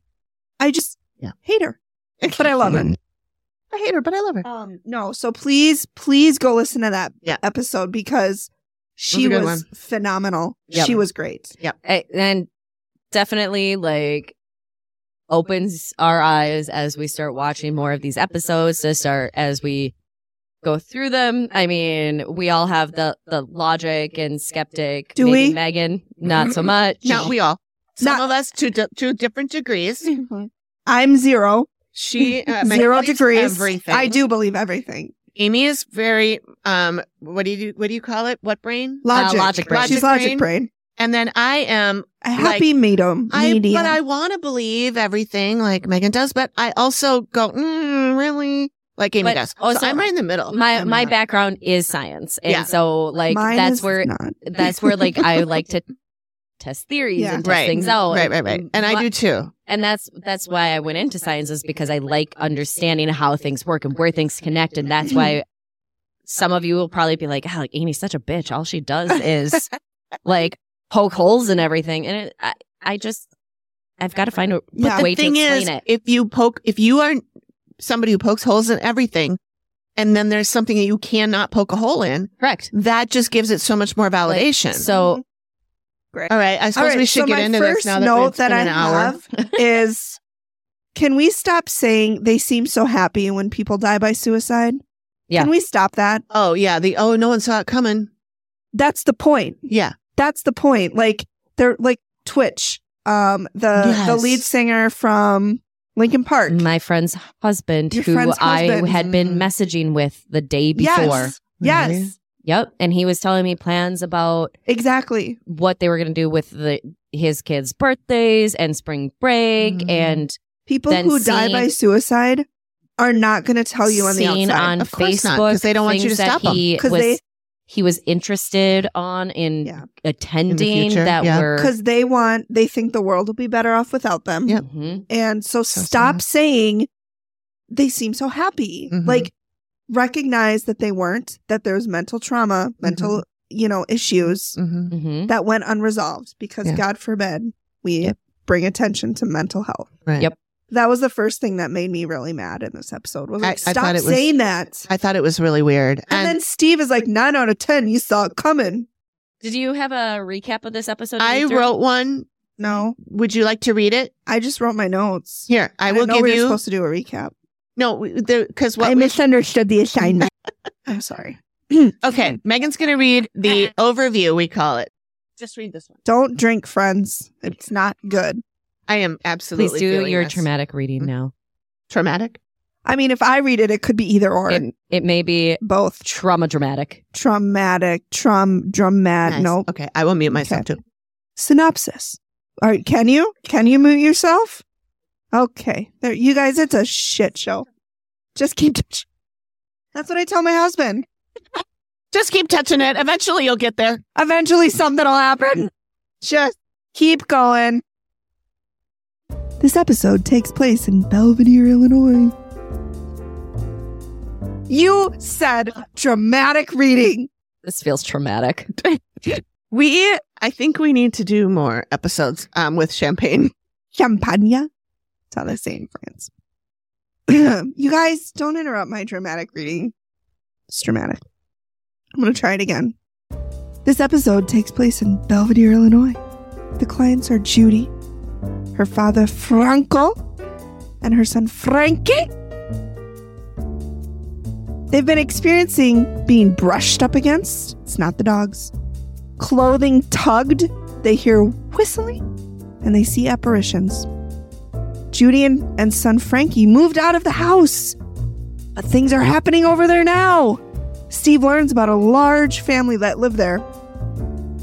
Speaker 2: I just
Speaker 1: Yeah.
Speaker 2: hate her. But I love her.
Speaker 1: I hate her, but I love her.
Speaker 2: Um, no, so please, please go listen to that
Speaker 1: Yeah.
Speaker 2: episode because
Speaker 1: was
Speaker 2: she
Speaker 1: a good
Speaker 2: was,
Speaker 1: one.
Speaker 2: phenomenal.
Speaker 3: Yep.
Speaker 2: She was great.
Speaker 3: A- And definitely like opens our eyes as we start watching more of these episodes to start as we go through them. I mean, we all have the the logic and skeptic.
Speaker 2: Do
Speaker 3: Maybe
Speaker 2: we?
Speaker 3: Megan, not so much.
Speaker 1: Not we all. Some
Speaker 2: Not-
Speaker 1: of us to di- to different degrees.
Speaker 2: I'm zero,
Speaker 1: She uh,
Speaker 2: zero
Speaker 1: Megan believes
Speaker 2: degrees.
Speaker 1: Everything.
Speaker 2: I do believe everything.
Speaker 1: Amy is very um. What do you what do you call it? What brain?
Speaker 2: Logic,
Speaker 3: logic brain.
Speaker 2: She's
Speaker 1: Uh, Logic
Speaker 2: logic brain.
Speaker 1: And then I am.
Speaker 2: A happy medium.
Speaker 1: I
Speaker 2: medium.
Speaker 1: but I want to believe everything like Megan does, but I also go mm, really like Amy
Speaker 3: But
Speaker 1: does.
Speaker 3: also-
Speaker 1: so I'm right in the middle.
Speaker 3: My
Speaker 1: I'm
Speaker 3: my
Speaker 1: not-
Speaker 3: background is science. And
Speaker 1: Yeah.
Speaker 3: so like
Speaker 2: Mine
Speaker 3: that's
Speaker 2: is
Speaker 3: where
Speaker 2: not.
Speaker 3: that's where like I like to test theories
Speaker 2: Yeah.
Speaker 3: and test
Speaker 1: Right.
Speaker 3: things out.
Speaker 1: Right, right, right. And
Speaker 3: My-
Speaker 1: I do too.
Speaker 3: and that's that's why I went into science is because I like understanding how things work and where things connect, and that's why some of you will probably be like, "Oh, Amy's such a bitch. All she does is like poke holes in everything." And it, I, I just I've got to find a
Speaker 2: Yeah.
Speaker 1: The
Speaker 3: way to
Speaker 1: thing
Speaker 3: explain
Speaker 1: is,
Speaker 3: it.
Speaker 1: if you poke, if you are somebody who pokes holes in everything, and then there's something that you cannot poke a hole in,
Speaker 3: Correct.
Speaker 1: that just gives it so much more validation.
Speaker 3: So
Speaker 1: All right, I suppose
Speaker 2: right,
Speaker 1: we should
Speaker 2: so
Speaker 1: get
Speaker 2: my
Speaker 1: into this
Speaker 2: first
Speaker 1: now that
Speaker 2: note
Speaker 1: it's
Speaker 2: that
Speaker 1: been
Speaker 2: I
Speaker 1: an hour.
Speaker 2: have- is can we stop saying they seem so happy when people die by suicide?
Speaker 3: Yeah.
Speaker 2: Can we stop that?
Speaker 1: Oh yeah, the oh no one saw it coming.
Speaker 2: That's the point.
Speaker 1: Yeah,
Speaker 2: that's the point. Like they're like Twitch. Um, the the
Speaker 1: Yes.
Speaker 2: lead singer from Lincoln Park.
Speaker 3: my friend's husband,
Speaker 2: Your
Speaker 3: who
Speaker 2: friend's
Speaker 3: I
Speaker 2: husband.
Speaker 3: had been messaging with the day before,
Speaker 2: yes,
Speaker 1: Really?
Speaker 2: yes,
Speaker 3: yep, and he was telling me plans about
Speaker 2: exactly.
Speaker 3: what they were going to do with the his kids' birthdays and spring break
Speaker 1: Mhm.
Speaker 3: and
Speaker 2: People
Speaker 3: Then
Speaker 2: who die by
Speaker 3: seen-
Speaker 2: suicide are not going to
Speaker 1: Oh,
Speaker 2: tell you on the
Speaker 3: seen
Speaker 2: outside
Speaker 3: on
Speaker 1: Of course not,
Speaker 3: Facebook
Speaker 1: 'cause they don't want you
Speaker 3: things
Speaker 1: to
Speaker 3: that
Speaker 1: stop 'em.
Speaker 3: He
Speaker 2: 'Cause
Speaker 3: was
Speaker 2: they-
Speaker 3: he was interested on in
Speaker 2: Yeah.
Speaker 3: attending
Speaker 1: future,
Speaker 3: that
Speaker 1: yeah.
Speaker 3: were
Speaker 2: because they want they think the world will be better off without them.
Speaker 1: Yep.
Speaker 3: Mhm.
Speaker 2: And so,
Speaker 1: So
Speaker 2: stop saying they seem so happy.
Speaker 1: Mhm.
Speaker 2: Like recognize that they weren't. That there's mental trauma, mental you know issues.
Speaker 1: mm-hmm.
Speaker 3: Mhm.
Speaker 2: that went unresolved because
Speaker 1: Yeah.
Speaker 2: God forbid we
Speaker 1: Yep.
Speaker 2: bring attention to mental health.
Speaker 1: right.
Speaker 3: Yep.
Speaker 2: That was the first thing that made me really mad in this episode. Was like,
Speaker 1: I- I
Speaker 2: stop
Speaker 1: thought it was-
Speaker 2: saying that.
Speaker 1: I thought it was really weird.
Speaker 2: And, then Steve is like, nine out of ten, you saw it coming.
Speaker 3: Did you have a recap of this episode? to
Speaker 1: I
Speaker 3: read through?
Speaker 1: wrote one.
Speaker 2: No,
Speaker 1: Would you like to read it?
Speaker 2: I just wrote my notes.
Speaker 1: Here, I, will
Speaker 2: didn't know
Speaker 1: give
Speaker 2: we were
Speaker 1: you
Speaker 2: supposed to do a recap.
Speaker 1: no because what we-
Speaker 2: I misunderstood the assignment. I'm sorry.
Speaker 1: okay. Megan's going to read the overview. We call it. Uh-huh. Just read this one.
Speaker 2: Don't drink, friends. It's not good.
Speaker 1: I am absolutely.
Speaker 3: Please do
Speaker 1: feeling
Speaker 3: your
Speaker 1: this.
Speaker 3: traumatic reading
Speaker 1: Mm.
Speaker 3: now.
Speaker 1: Traumatic.
Speaker 2: I mean, if I read it, it could be either or.
Speaker 3: It, it may be
Speaker 2: both
Speaker 3: trauma dramatic.
Speaker 2: traumatic, trum, dramatic.
Speaker 1: Nice.
Speaker 2: Nope.
Speaker 1: Uh, Okay, I will mute myself
Speaker 2: Okay.
Speaker 1: too.
Speaker 2: Synopsis. All right. Can you? Can you mute yourself? Okay. There, you guys, it's a shit show. Just keep. touch- That's what I tell my husband.
Speaker 1: Just keep touching it. Eventually, you'll get there.
Speaker 2: Eventually, something will happen. Just keep going. This episode takes place in Belvedere, Illinois. You said dramatic reading.
Speaker 3: This feels traumatic.
Speaker 1: We, I think we need to do more episodes um, with champagne.
Speaker 2: Champagne. That's how they say in France. you guys, don't interrupt my dramatic reading. It's dramatic. I'm going to try it again. This episode takes place in Belvedere, Illinois. The clients are Judy, her father, Franco, and her son, Frankie. They've been experiencing being brushed up against. It's not the dogs. Clothing tugged. They hear whistling and they see apparitions. Judy and, and son Frankie moved out of the house, but things are happening over there now. Steve learns about a large family that lived there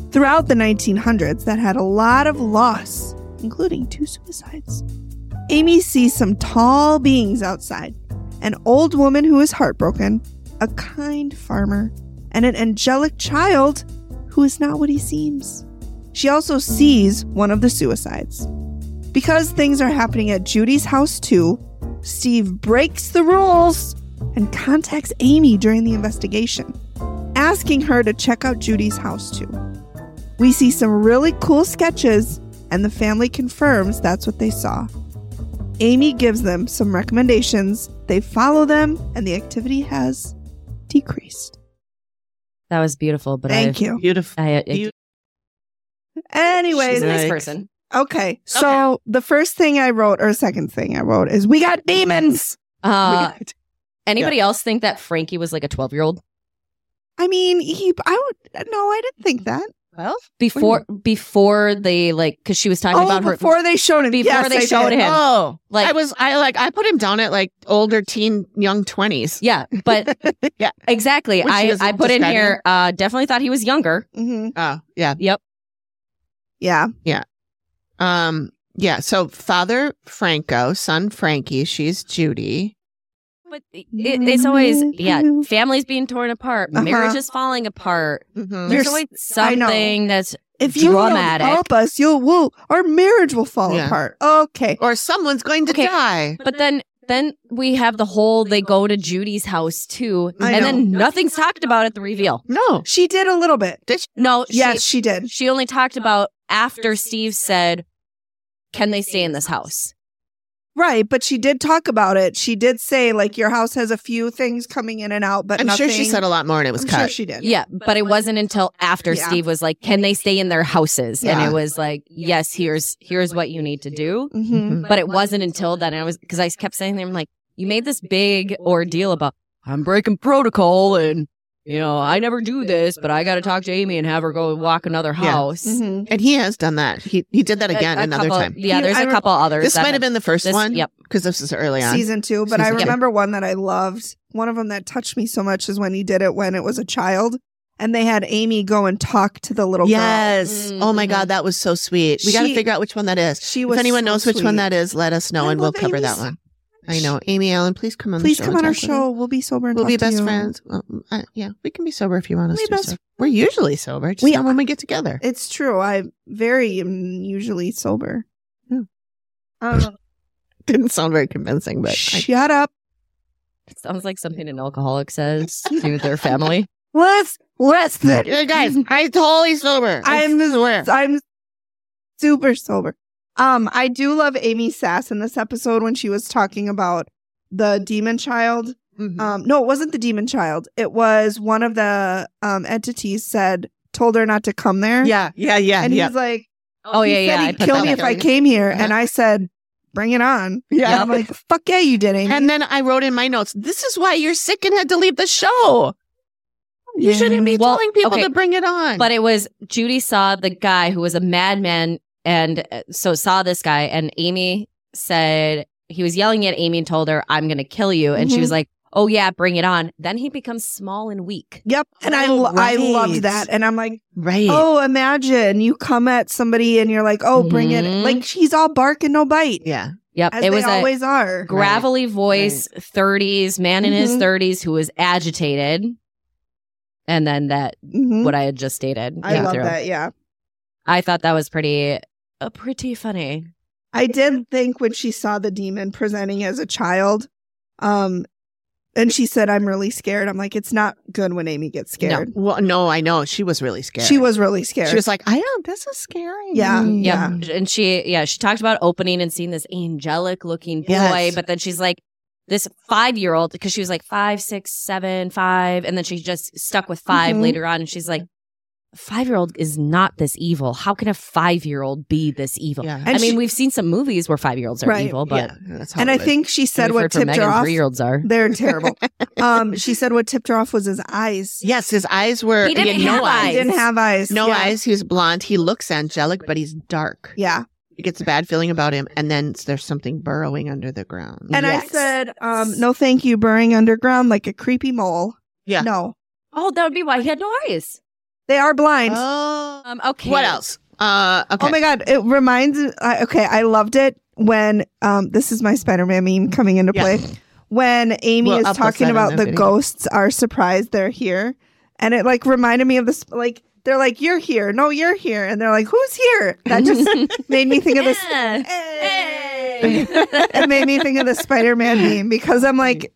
Speaker 2: throughout the 1900s that had a lot of loss, including two suicides. Amy sees some tall beings outside an old woman who is heartbroken, a kind farmer, and an angelic child who is not what he seems. She also sees one of the suicides. Because things are happening at Judy's house too, Steve breaks the rules and contacts Amy during the investigation, asking her to check out Judy's house too. We see some really cool sketches, and the family confirms that's what they saw. Amy gives them some recommendations, they follow them, and the activity has decreased.
Speaker 3: That was beautiful, but
Speaker 2: Thank
Speaker 3: I,
Speaker 2: you.
Speaker 1: Beautiful.
Speaker 3: I, I,
Speaker 1: You-
Speaker 2: Anyways,
Speaker 3: she's a nice
Speaker 1: like-
Speaker 3: person.
Speaker 2: Okay. So the first thing I wrote, or second thing I wrote, is we got demons.
Speaker 3: Uh, anybody else think that Frankie was like a twelve year old
Speaker 2: I mean, he. I would. No, I didn't think
Speaker 3: Mm-hmm.
Speaker 2: that.
Speaker 1: Well,
Speaker 3: before before they like because she was talking
Speaker 2: oh,
Speaker 3: about her
Speaker 2: before they showed him.
Speaker 3: before
Speaker 2: Yes,
Speaker 3: they
Speaker 2: I
Speaker 3: showed
Speaker 2: did.
Speaker 3: him.
Speaker 1: oh,
Speaker 3: like
Speaker 1: I was, I like, I put him down at like older teen, young twenties.
Speaker 3: yeah, but
Speaker 1: Yeah.
Speaker 3: exactly.
Speaker 1: Which she
Speaker 3: I
Speaker 1: doesn't
Speaker 3: I put in
Speaker 1: describe
Speaker 3: here. Uh, definitely thought he was younger.
Speaker 2: Mhm.
Speaker 1: Oh, yeah.
Speaker 3: Yep.
Speaker 2: Yeah.
Speaker 1: Um, yeah. So father Franco, son Frankie. She's Judy.
Speaker 3: But it, it's always yeah,
Speaker 2: Mhm.
Speaker 3: families being torn apart,
Speaker 2: Uh-huh.
Speaker 3: marriages falling apart.
Speaker 1: Mm-hmm.
Speaker 3: There's
Speaker 2: You're
Speaker 3: always
Speaker 2: I know.
Speaker 3: something that's
Speaker 2: If you don't
Speaker 3: Dramatic.
Speaker 2: help us, you'll we'll, our marriage will fall
Speaker 1: Yeah.
Speaker 2: apart. Okay.
Speaker 1: Or someone's going to
Speaker 3: Okay.
Speaker 1: die.
Speaker 3: But then then we have the whole they go to Judy's house too,
Speaker 2: I
Speaker 3: and
Speaker 2: know.
Speaker 3: then nothing's talked about at the reveal.
Speaker 1: No.
Speaker 2: She did a little bit.
Speaker 3: No, she,
Speaker 2: yes, she did.
Speaker 3: she only talked about after Steve said, "Can they stay in this house?"
Speaker 2: Right, but she did talk about it. She did say like your house has a few things coming in and out, but
Speaker 1: I'm
Speaker 2: nothing.
Speaker 1: sure she said a lot more and it was
Speaker 2: I'm
Speaker 1: cut.
Speaker 2: sure she did.
Speaker 3: Yeah, but it wasn't until after
Speaker 2: Yeah.
Speaker 3: Steve was like, "Can they stay in their houses?"
Speaker 1: Yeah.
Speaker 3: And it was like, "Yes, here's here's what you need to do."
Speaker 2: hmm
Speaker 1: Mm-hmm.
Speaker 3: But it wasn't until then I was because I kept saying to him like, "You made this big ordeal about I'm breaking protocol and." You know, I never do this, but I got to talk to Amy and have her go walk another
Speaker 1: Yeah.
Speaker 3: house.
Speaker 2: hmm
Speaker 1: And he has done that. He he did that
Speaker 3: A-
Speaker 1: again
Speaker 3: a
Speaker 1: another
Speaker 3: couple-
Speaker 1: time.
Speaker 3: Yeah,
Speaker 2: You-
Speaker 3: there's
Speaker 2: I
Speaker 3: a
Speaker 2: re-
Speaker 3: couple others.
Speaker 1: This
Speaker 3: that
Speaker 1: might have been the first
Speaker 3: this-
Speaker 1: one.
Speaker 3: yep.
Speaker 1: Because this is early on.
Speaker 2: season two, but I
Speaker 1: Season two.
Speaker 2: remember one that I loved. One of them that touched me so much is when he did it when it was a child, and they had Amy go and talk to the little girl.
Speaker 1: Yes.
Speaker 3: Mm,
Speaker 1: oh my
Speaker 3: mhm.
Speaker 1: God, that was so sweet. We got to
Speaker 2: Mm-hmm. She-
Speaker 1: figure out which one that is.
Speaker 2: She
Speaker 1: If
Speaker 2: was.
Speaker 1: anyone
Speaker 2: so
Speaker 1: knows which one
Speaker 2: sweet.
Speaker 1: that is, let us know
Speaker 2: I
Speaker 1: and we'll
Speaker 2: love
Speaker 1: cover that
Speaker 2: Amy's-
Speaker 1: one. I know. Amy Allen, please come on the
Speaker 2: Please
Speaker 1: show
Speaker 2: come
Speaker 1: and
Speaker 2: on our
Speaker 1: talk with us.
Speaker 2: show. We'll be sober. And
Speaker 1: We'll be
Speaker 2: talk to
Speaker 1: best
Speaker 2: you.
Speaker 1: friends. Well, uh, yeah, we can be sober if you want us
Speaker 2: We'll
Speaker 1: to.
Speaker 2: be best
Speaker 1: so- We're usually sober, just
Speaker 2: We
Speaker 1: not when we get together.
Speaker 2: It's true. I'm very um, usually sober.
Speaker 1: Hmm.
Speaker 2: Um,
Speaker 1: didn't sound very convincing, but I,
Speaker 2: shut up.
Speaker 3: Sounds like something an alcoholic says to their family.
Speaker 2: Let's listen.
Speaker 1: Yeah, guys, I'm totally sober.
Speaker 2: I'm-
Speaker 1: this where
Speaker 2: I'm super sober. Um, I do love Amy Sass in this episode when she was talking about the demon child.
Speaker 1: Mm-hmm.
Speaker 2: Um, no, it wasn't the demon child. It was one of the um entities said told her not to come there.
Speaker 1: yeah, yeah, yeah,
Speaker 2: and
Speaker 1: yeah,
Speaker 2: he's like,
Speaker 3: Oh yeah,
Speaker 2: he said
Speaker 3: yeah. I
Speaker 2: he'd
Speaker 3: put
Speaker 2: kill
Speaker 3: that
Speaker 2: me
Speaker 3: up.
Speaker 2: if
Speaker 1: down.
Speaker 2: I came here,
Speaker 1: Uh-huh.
Speaker 2: and I said, bring it on.
Speaker 1: yeah.
Speaker 2: And I'm like, fuck yeah, you did, Amy.
Speaker 1: And then I wrote in my notes, this is why you're sick and had to leave the show.
Speaker 2: You shouldn't
Speaker 1: be
Speaker 3: Well,
Speaker 1: telling people
Speaker 3: okay.
Speaker 1: to bring it on.
Speaker 3: But it was Judy saw the guy who was a madman and uh, so saw this guy and Amy said he was yelling at Amy and told her I'm going to kill you and she
Speaker 2: Mhm.
Speaker 3: was like, "Oh yeah, bring it on." Then he becomes small and weak.
Speaker 2: Yep. And I,
Speaker 1: Oh,
Speaker 2: lo- I loved
Speaker 1: right.
Speaker 2: that. And I'm like,
Speaker 1: right.
Speaker 2: oh, imagine you come at somebody and you're like, oh, bring it.
Speaker 3: Mhm.
Speaker 2: Like he's all bark and no bite,
Speaker 1: yeah.
Speaker 3: Yep.
Speaker 2: as
Speaker 3: it
Speaker 2: they
Speaker 3: was a
Speaker 2: always are.
Speaker 3: gravelly voice, 30s man in his
Speaker 2: Mhm.
Speaker 3: 30s who was agitated. And then that
Speaker 2: Mhm.
Speaker 3: what I had just stated.
Speaker 2: I
Speaker 3: came
Speaker 2: love
Speaker 3: through.
Speaker 2: that. Yeah.
Speaker 3: I thought that was pretty uh, pretty funny.
Speaker 2: I did think when she saw the demon presenting as a child, um, and she said, I'm really scared. I'm like, it's not good when Amy gets
Speaker 3: No.
Speaker 2: scared.
Speaker 1: Well, no, I know she was really scared.
Speaker 2: She was really scared.
Speaker 1: She was like, I am. This is scary.
Speaker 2: Yeah.
Speaker 1: Mm.
Speaker 3: Yeah. And she, yeah, she talked about opening and seeing this angelic looking boy,
Speaker 1: Yes.
Speaker 3: but then she's like, this five year old, because she was like five, six, seven, five. And then she just stuck with 5
Speaker 2: Mhm.
Speaker 3: later on. And she's like, five year old is not this evil. How can a five year old be this evil?
Speaker 1: Yeah.
Speaker 3: I
Speaker 2: And
Speaker 3: mean,
Speaker 2: she-
Speaker 3: we've seen some movies where five year olds are
Speaker 2: Right.
Speaker 3: evil, but
Speaker 1: yeah, that's how
Speaker 2: and
Speaker 1: it
Speaker 2: I
Speaker 1: was.
Speaker 2: think she said what tipped her off.
Speaker 3: three year olds are.
Speaker 2: They're terrible. um, she said what tipped her off was his eyes.
Speaker 1: yes, his eyes were.
Speaker 3: He didn't
Speaker 1: had no
Speaker 3: have
Speaker 2: He didn't have eyes.
Speaker 1: No
Speaker 2: yeah.
Speaker 1: eyes. He was blonde. He looks angelic, but he's dark.
Speaker 2: Yeah.
Speaker 1: He gets a bad feeling about him, and then there's something burrowing under the ground.
Speaker 2: And I
Speaker 3: Yes.
Speaker 2: said, um, no, thank you, burrowing underground like a creepy mole.
Speaker 1: Yeah.
Speaker 2: No,
Speaker 3: Oh, that would be why he had no eyes.
Speaker 2: they are blind. Oh,
Speaker 1: oh,
Speaker 3: Um, okay.
Speaker 1: what else? Uh, okay.
Speaker 2: my God. It reminds, I okay, I loved it when, um, this is my Spider Man meme coming into
Speaker 1: Yeah.
Speaker 2: play. When Amy
Speaker 1: We'll
Speaker 2: is
Speaker 1: upload
Speaker 2: talking
Speaker 1: that on
Speaker 2: about
Speaker 1: the
Speaker 2: the
Speaker 1: video.
Speaker 2: ghosts are surprised they're here. And it like reminded me of this, like, they're like, you're here. No, you're here. And they're like, who's here? That just made me think of this.
Speaker 3: Yeah.
Speaker 2: Hey.
Speaker 3: Hey.
Speaker 2: it made me think of the Spider-Man meme because I'm like,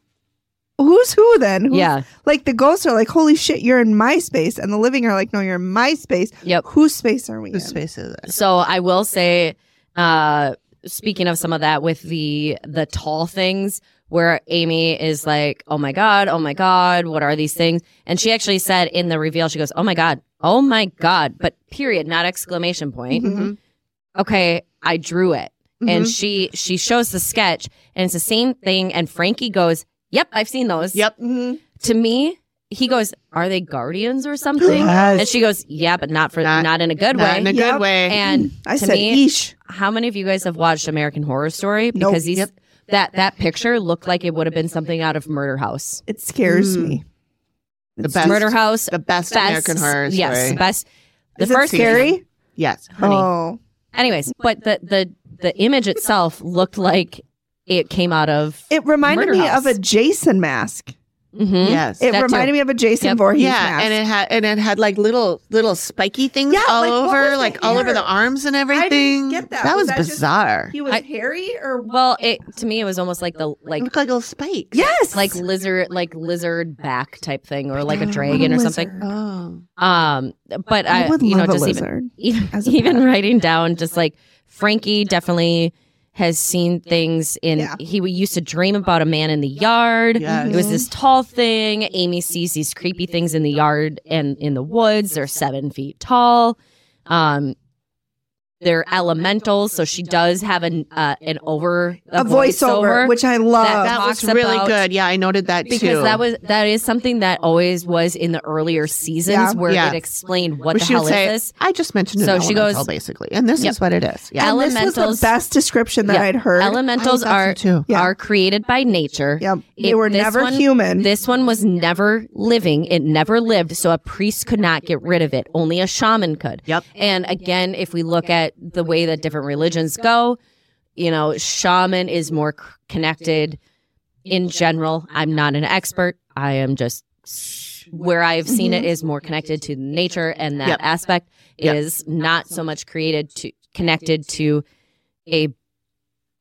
Speaker 2: who's who then? Who's-
Speaker 3: yeah.
Speaker 2: Like the ghosts are like, holy shit, you're in my space, and the living are like, no, you're in my space.
Speaker 3: Yep.
Speaker 2: Whose space are we
Speaker 1: Whose
Speaker 2: in?
Speaker 1: space is it?
Speaker 3: So I will say, uh, speaking of some of that with the the tall things, where Amy is like, "Oh my god, oh my god, what are these things?" And she actually said in the reveal, she goes, "Oh my god, oh my god," but period, not exclamation point.
Speaker 1: Mm-hmm.
Speaker 2: Mhm.
Speaker 3: Okay, I drew it, and
Speaker 2: Mm-hmm.
Speaker 1: Mhm.
Speaker 3: she she shows the sketch, and it's the same thing. And Frankie goes, "Yep, I've seen those."
Speaker 1: Yep.
Speaker 2: Mhm.
Speaker 3: To me, he goes, "Are they guardians or something?"
Speaker 1: Yes.
Speaker 3: And she goes, "Yeah, but not for
Speaker 1: Not-
Speaker 3: not, in a good
Speaker 1: Not
Speaker 3: way."
Speaker 1: in a
Speaker 2: Yep.
Speaker 1: good way.
Speaker 3: and
Speaker 2: Hmm. I
Speaker 3: to
Speaker 2: said,
Speaker 3: me-
Speaker 2: eesh.
Speaker 3: how many of you guys have watched American Horror Story?
Speaker 2: Nope.
Speaker 3: Because these
Speaker 1: Yep.
Speaker 3: that that picture looked like it would have been something out of Murder House.
Speaker 2: It scares
Speaker 3: Hmm.
Speaker 1: Mm.
Speaker 2: me.
Speaker 1: the
Speaker 2: It's-
Speaker 1: best,
Speaker 3: Murder House,
Speaker 1: the best,
Speaker 3: best,
Speaker 1: American horror story.
Speaker 3: yes, best. The
Speaker 2: Is it
Speaker 3: first
Speaker 2: scary?
Speaker 1: Yes.
Speaker 3: honey.
Speaker 2: Oh,
Speaker 3: Anyways, but the the the image itself looked like it came out of.
Speaker 2: it reminded
Speaker 3: Murder
Speaker 2: me
Speaker 3: House.
Speaker 2: of a Jason mask.
Speaker 3: Mhm.
Speaker 1: Oh. Yes.
Speaker 2: It
Speaker 3: That too.
Speaker 2: reminded me of a Jason
Speaker 3: Yep.
Speaker 2: Voorhees
Speaker 1: yeah,
Speaker 2: mask.
Speaker 1: and it had and it had like little little spiky things
Speaker 2: Yeah,
Speaker 1: all
Speaker 2: like, what was
Speaker 1: over,
Speaker 2: it
Speaker 1: like all over
Speaker 2: here?
Speaker 1: the arms and
Speaker 2: didn't
Speaker 1: everything.
Speaker 2: get that.
Speaker 1: was,
Speaker 2: Was that just-
Speaker 1: bizarre.
Speaker 2: he was
Speaker 3: I-
Speaker 2: hairy or
Speaker 3: Well, it to me it was almost like the
Speaker 1: it
Speaker 3: like
Speaker 1: looked like little spikes.
Speaker 2: yes,
Speaker 3: like lizard like lizard back type thing or like a dragon or
Speaker 2: Lizard.
Speaker 3: something.
Speaker 1: Oh.
Speaker 3: Um, but I,
Speaker 2: I would
Speaker 3: you know
Speaker 2: love a
Speaker 3: just even
Speaker 2: lizard.
Speaker 3: even,
Speaker 2: as a
Speaker 3: even
Speaker 2: pet.
Speaker 3: writing down just like Frankie definitely has seen things in
Speaker 2: Yeah.
Speaker 3: he w- used to dream about a man in the yard.
Speaker 1: Yes.
Speaker 3: It was this tall thing. Amy sees these creepy things in the yard and in the woods. They're seven feet tall. Um, they're elementals, so she does have an uh, an over
Speaker 2: a, voiceover, which I love.
Speaker 1: That, that was
Speaker 3: talks
Speaker 1: really
Speaker 3: about-
Speaker 1: good. Yeah, I noted that
Speaker 3: because
Speaker 1: too.
Speaker 3: that was that is something that always was in the earlier seasons
Speaker 2: Yeah.
Speaker 3: where
Speaker 1: Yeah.
Speaker 3: it explained what
Speaker 1: Where
Speaker 3: the
Speaker 1: she would
Speaker 3: hell
Speaker 1: say,
Speaker 3: is this.
Speaker 1: I just mentioned an
Speaker 3: So she
Speaker 1: elemental,
Speaker 3: goes-
Speaker 1: basically, and this
Speaker 3: Yep.
Speaker 1: is what it is. Yeah,
Speaker 2: and this was the
Speaker 3: Elementals-
Speaker 2: best description that
Speaker 3: Yeah.
Speaker 2: I'd heard.
Speaker 3: Elementals
Speaker 1: I thought so,
Speaker 3: are
Speaker 1: too.
Speaker 2: Yeah.
Speaker 3: are created by nature.
Speaker 2: Yep. They
Speaker 3: It-
Speaker 2: were
Speaker 3: this
Speaker 2: never
Speaker 3: one-
Speaker 2: human.
Speaker 3: This one was never living. It never lived, so a priest could not get rid of it. Only a shaman could.
Speaker 1: Yep.
Speaker 3: And again, if we look at the way that different religions go, you know, shaman is more c- connected in general. I'm not an expert. I am just where I've seen it is more connected to nature and that
Speaker 1: Mm-hmm. Yep.
Speaker 3: aspect
Speaker 1: Yep.
Speaker 3: is not so much created to connected to a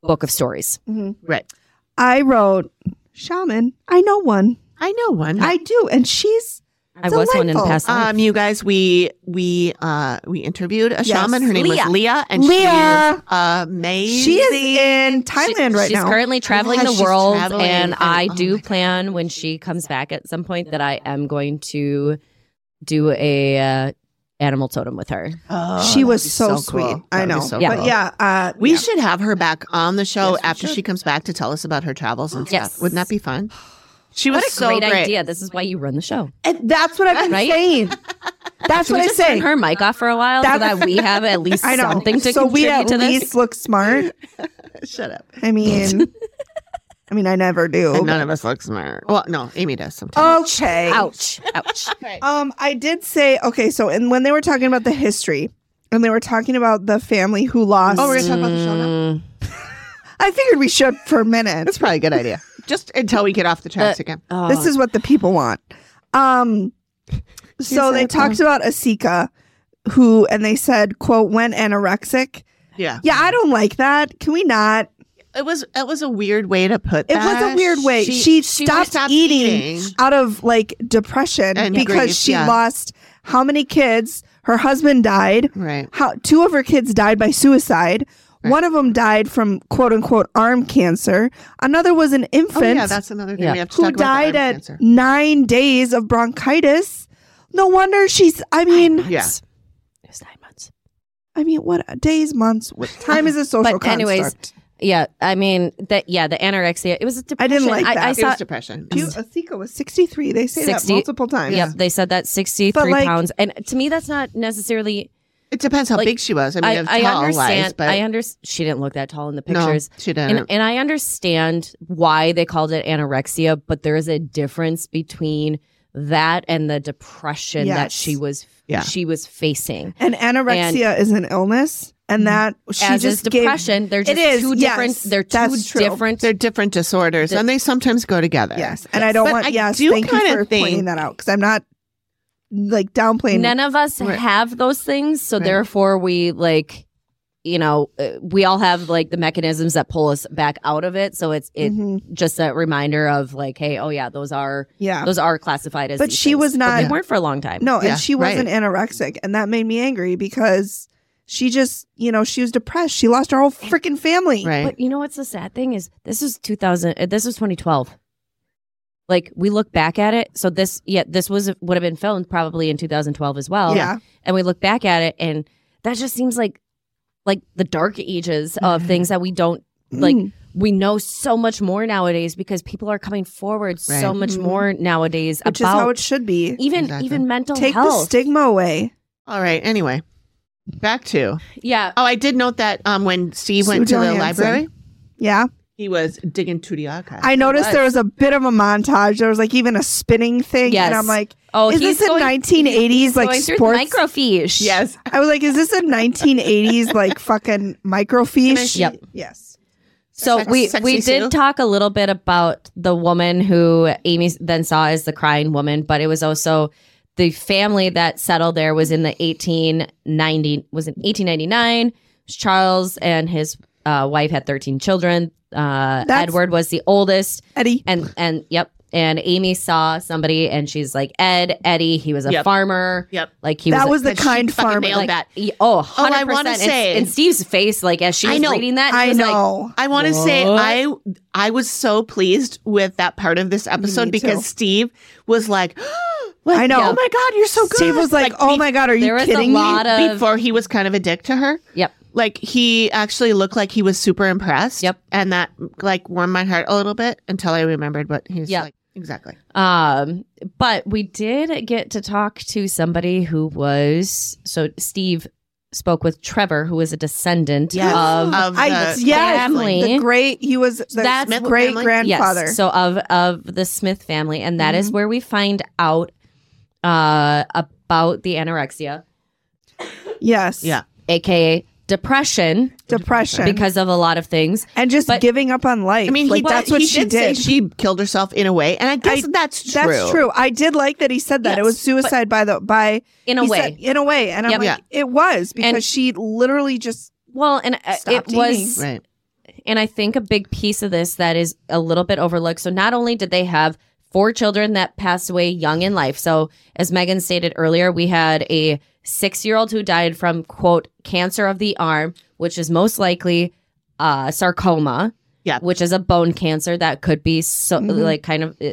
Speaker 3: book of stories.
Speaker 2: Mhm.
Speaker 1: Right.
Speaker 2: I wrote shaman. I know one.
Speaker 1: I know one.
Speaker 2: I do, and she's
Speaker 3: I was one in
Speaker 2: Delightful.
Speaker 3: past life.
Speaker 1: um, you guys, we we uh we interviewed a
Speaker 2: Yes.
Speaker 1: shaman. Her name
Speaker 3: Leah.
Speaker 1: was Leah, and she is
Speaker 2: Leah.
Speaker 1: amazing.
Speaker 2: She is in
Speaker 3: She-
Speaker 2: Thailand right
Speaker 3: she's
Speaker 2: now.
Speaker 3: currently traveling
Speaker 1: Yeah,
Speaker 3: the
Speaker 1: she's
Speaker 3: world,
Speaker 1: traveling,
Speaker 3: and
Speaker 1: and-
Speaker 3: I
Speaker 1: oh
Speaker 3: do
Speaker 1: my God.
Speaker 3: plan when she comes back at some point that I am going to do a uh, animal totem with her.
Speaker 1: Oh,
Speaker 2: she
Speaker 1: that
Speaker 2: was
Speaker 1: would be
Speaker 2: so,
Speaker 1: cool.
Speaker 2: sweet.
Speaker 1: That
Speaker 2: I
Speaker 1: would be
Speaker 2: know.
Speaker 1: so
Speaker 2: but
Speaker 1: cool.
Speaker 2: yeah, uh,
Speaker 1: We
Speaker 2: yeah.
Speaker 1: should have her back on the show
Speaker 2: Yes, we
Speaker 1: after
Speaker 2: should.
Speaker 1: she comes back to tell us about her travels and
Speaker 3: Yes.
Speaker 1: stuff. Wouldn't that be fun? She was
Speaker 3: What a
Speaker 1: so
Speaker 3: great,
Speaker 1: great.
Speaker 3: idea. This is why you run the show.
Speaker 4: And that's what I've been
Speaker 3: Right?
Speaker 4: saying. That's
Speaker 3: Can
Speaker 4: what
Speaker 3: we
Speaker 4: I
Speaker 3: just turn
Speaker 4: say.
Speaker 3: her mic off for a while so
Speaker 4: That's-
Speaker 3: that we have at least
Speaker 2: I know.
Speaker 3: something to
Speaker 2: so
Speaker 3: contribute
Speaker 2: we at
Speaker 3: to this?
Speaker 2: least look smart.
Speaker 1: Shut up.
Speaker 2: I mean, I mean, I never do.
Speaker 1: And none of us look smart. Well, no, Amy does sometimes.
Speaker 2: Okay.
Speaker 3: Ouch. Ouch.
Speaker 2: Um, I did say okay. So, and when they were talking about the history, and they were talking about the family who lost,
Speaker 1: Oh, we're gonna talk about the show now.
Speaker 3: Mm,
Speaker 2: I figured we should for a minute.
Speaker 1: That's probably a good idea. Just until we get off the tracks
Speaker 3: Uh,
Speaker 1: again.
Speaker 3: oh,
Speaker 2: This is what the people want. Um,
Speaker 1: said
Speaker 2: so they
Speaker 1: it
Speaker 2: talked about Asika, who, and they said, "quote went anorexic."
Speaker 1: Yeah,
Speaker 2: Yeah, I don't like that. Can we not?
Speaker 1: it was it was a weird way to put.
Speaker 2: It
Speaker 1: that.
Speaker 2: was a weird way. She, stopped, eating, out of like depression
Speaker 1: And
Speaker 2: because
Speaker 1: grief,
Speaker 2: she
Speaker 1: yeah.
Speaker 2: lost how many kids? Her husband died.
Speaker 1: Right.
Speaker 2: how two of her kids died by suicide.
Speaker 1: Right.
Speaker 2: One of them died from quote unquote arm cancer. Another was an
Speaker 1: Oh
Speaker 2: infant
Speaker 1: yeah, that's another thing
Speaker 3: Yeah.
Speaker 1: we have to
Speaker 2: who
Speaker 1: talk about. the
Speaker 2: died
Speaker 1: arm
Speaker 2: at
Speaker 1: cancer.
Speaker 2: nine days of bronchitis. No wonder she's. I mean,
Speaker 1: Yeah.
Speaker 3: months. It was nine months.
Speaker 2: I mean, what days, months, what time is a social
Speaker 3: But anyways,
Speaker 2: construct.
Speaker 3: Yeah. I mean, that, yeah, the anorexia. It was a
Speaker 2: I
Speaker 3: depression.
Speaker 2: didn't like
Speaker 3: I,
Speaker 2: that.
Speaker 1: it
Speaker 3: saw,
Speaker 1: was depression.
Speaker 2: You, Asika was sixty-three. They say
Speaker 3: 60
Speaker 2: that multiple times.
Speaker 3: Yep, they said that 63
Speaker 2: like-
Speaker 3: pounds. And to me, that's not necessarily.
Speaker 1: It depends how
Speaker 3: Like,
Speaker 1: big she was. I mean,
Speaker 3: I,
Speaker 1: it was
Speaker 3: I
Speaker 1: tall lies,
Speaker 3: understand.
Speaker 1: but
Speaker 3: I understand. She didn't look that tall in the
Speaker 1: no,
Speaker 3: pictures.
Speaker 1: she didn't.
Speaker 3: And, and I understand why they called it anorexia, but there is a difference between that and the depression that
Speaker 2: Yes.
Speaker 3: she was
Speaker 1: Yeah.
Speaker 3: she was facing.
Speaker 2: And anorexia is an illness, and that she
Speaker 3: Mm-hmm. As is
Speaker 2: just gave-
Speaker 3: depression, they're just
Speaker 2: is,
Speaker 3: two different.
Speaker 2: yes,
Speaker 3: They're two
Speaker 2: that's true.
Speaker 3: different.
Speaker 1: They're different disorders,
Speaker 3: The-
Speaker 1: and they sometimes go together.
Speaker 2: Yes, and I don't
Speaker 1: But
Speaker 2: want.
Speaker 1: I
Speaker 2: yes,
Speaker 1: do
Speaker 2: thank you
Speaker 1: kinda
Speaker 2: for pointing
Speaker 1: think-
Speaker 2: that out because I'm not like downplaying.
Speaker 3: None of us
Speaker 1: Right.
Speaker 3: have those things, so
Speaker 1: Right.
Speaker 3: therefore we like, you know, uh, we all have like the mechanisms that pull us back out of it. So it's it
Speaker 2: Mhm.
Speaker 1: Mm-hmm.
Speaker 3: just a reminder of like, hey, oh yeah, those are
Speaker 2: Yeah.
Speaker 3: those are classified as.
Speaker 2: But
Speaker 3: these
Speaker 2: she
Speaker 3: things.
Speaker 2: was
Speaker 3: But they
Speaker 2: not-
Speaker 3: weren't for a long time.
Speaker 2: No,
Speaker 1: Yeah,
Speaker 2: and she wasn't anorexic, and that made me angry because she just, you know, she was depressed. She lost her whole freaking family.
Speaker 1: Right.
Speaker 3: But you know what's the sad thing is this is 2000 uh, this was 2012. Like we look back at it, so this yeah, this was would have been filmed probably in 2012 as well.
Speaker 2: Yeah.
Speaker 3: And we look back at it and that just seems like like the dark ages of things that we don't like
Speaker 2: Mm.
Speaker 3: we know so much more nowadays because people are coming forward so
Speaker 1: Right.
Speaker 3: much
Speaker 2: Mhm.
Speaker 3: more nowadays
Speaker 2: which is
Speaker 3: about
Speaker 2: how it should be.
Speaker 3: even
Speaker 1: Exactly.
Speaker 3: even mental
Speaker 2: Take the
Speaker 3: health.
Speaker 2: stigma away.
Speaker 1: All right. Anyway, back to.
Speaker 3: yeah.
Speaker 1: Oh, I did note that um, when Steve
Speaker 2: Sue
Speaker 1: went to the
Speaker 2: Johansson.
Speaker 1: library,
Speaker 2: Yeah,
Speaker 1: he was digging through the archives.
Speaker 2: I noticed
Speaker 3: was.
Speaker 2: there was a bit of a montage. There was like even a spinning thing,
Speaker 3: Yes.
Speaker 2: and I'm like,
Speaker 3: Oh,
Speaker 2: is
Speaker 3: he's
Speaker 2: this a
Speaker 3: going,
Speaker 2: 1980s like
Speaker 3: going through the
Speaker 2: sports?
Speaker 3: microfiche.
Speaker 1: yes.
Speaker 2: I was like, is this a 1980s like fucking microfiche?
Speaker 3: Yep.
Speaker 2: Yes.
Speaker 3: So
Speaker 1: Sex-
Speaker 3: we
Speaker 1: sexy
Speaker 3: we did
Speaker 1: Sue.
Speaker 3: talk a little bit about the woman who Amy then saw as the crying woman, but it was also the family that settled there was in the 1890 was in 1899. It was Charles and his uh, wife had 13 children. Uh,
Speaker 2: That's-
Speaker 3: Edward was the oldest,
Speaker 2: Eddie.
Speaker 3: and and yep. And Amy saw somebody, and she's like Ed, Eddie. He was a
Speaker 1: Yep.
Speaker 3: farmer.
Speaker 1: Yep.
Speaker 3: Like he
Speaker 2: that was
Speaker 3: was.
Speaker 2: the
Speaker 1: that she
Speaker 2: kind
Speaker 1: fucking
Speaker 2: farmer.
Speaker 1: nailed
Speaker 2: Like,
Speaker 3: like,
Speaker 1: that.
Speaker 3: y- Oh, 100
Speaker 1: I wanna
Speaker 3: percent.
Speaker 1: say-
Speaker 3: and Steve's face, like as she
Speaker 1: I
Speaker 3: was
Speaker 1: know.
Speaker 3: reading that, he
Speaker 2: I
Speaker 3: was like,
Speaker 2: know.
Speaker 1: I want to say
Speaker 3: What?
Speaker 1: I I was so pleased with that part of this episode
Speaker 2: too.
Speaker 1: because Steve was like, like,
Speaker 2: I know.
Speaker 1: Oh my god, you're so good.
Speaker 2: Steve was like, "Oh
Speaker 1: be-
Speaker 2: my god, are you
Speaker 3: there was a
Speaker 2: kidding me?"
Speaker 3: lot of-
Speaker 1: Before he was kind of a dick to her.
Speaker 3: Yep.
Speaker 1: Like he actually looked like he was super impressed.
Speaker 3: Yep.
Speaker 1: And that like warmed my heart a little bit until I remembered what he was
Speaker 3: Yep.
Speaker 1: like. Exactly.
Speaker 3: Um, but we did get to talk to somebody who was so Steve spoke with Trevor, who is a descendant
Speaker 1: Yes.
Speaker 3: of
Speaker 1: Of
Speaker 2: I,
Speaker 1: the
Speaker 2: yes,
Speaker 3: family.
Speaker 2: the great he was the
Speaker 3: That's-
Speaker 2: Smith great
Speaker 1: family?
Speaker 2: grandfather.
Speaker 3: Yes, so of of the Smith family, and that is
Speaker 1: Mhm.
Speaker 3: where we find out uh about the anorexia,
Speaker 2: yes,
Speaker 1: Yeah.
Speaker 3: aka depression,
Speaker 2: depression
Speaker 3: because of a lot of things.
Speaker 2: and just
Speaker 3: but-
Speaker 2: giving up on life.
Speaker 1: I mean,
Speaker 2: like
Speaker 1: he,
Speaker 2: that's what
Speaker 1: he
Speaker 2: she
Speaker 1: did,
Speaker 2: did.
Speaker 1: say she killed herself in a way, and I guess
Speaker 2: I-
Speaker 1: that's true.
Speaker 2: that's true. I did like that he said that it
Speaker 3: Yes,
Speaker 2: was suicide by the by
Speaker 3: In a
Speaker 2: he
Speaker 3: way,
Speaker 2: said- in a way, and I'm
Speaker 3: Yep.
Speaker 2: like, it was because
Speaker 3: And-
Speaker 2: she literally just
Speaker 3: well, and uh, it
Speaker 2: Stopped
Speaker 3: was
Speaker 1: Right.
Speaker 3: And I think a big piece of this that is a little bit overlooked. So not only did they have four children that passed away young in life. So as Megan stated earlier, we had a six year old who died from quote cancer of the arm, which is most likely uh, sarcoma.
Speaker 1: Yeah.
Speaker 3: which is a bone cancer that could be so
Speaker 2: Mhm.
Speaker 3: like kind of. uh,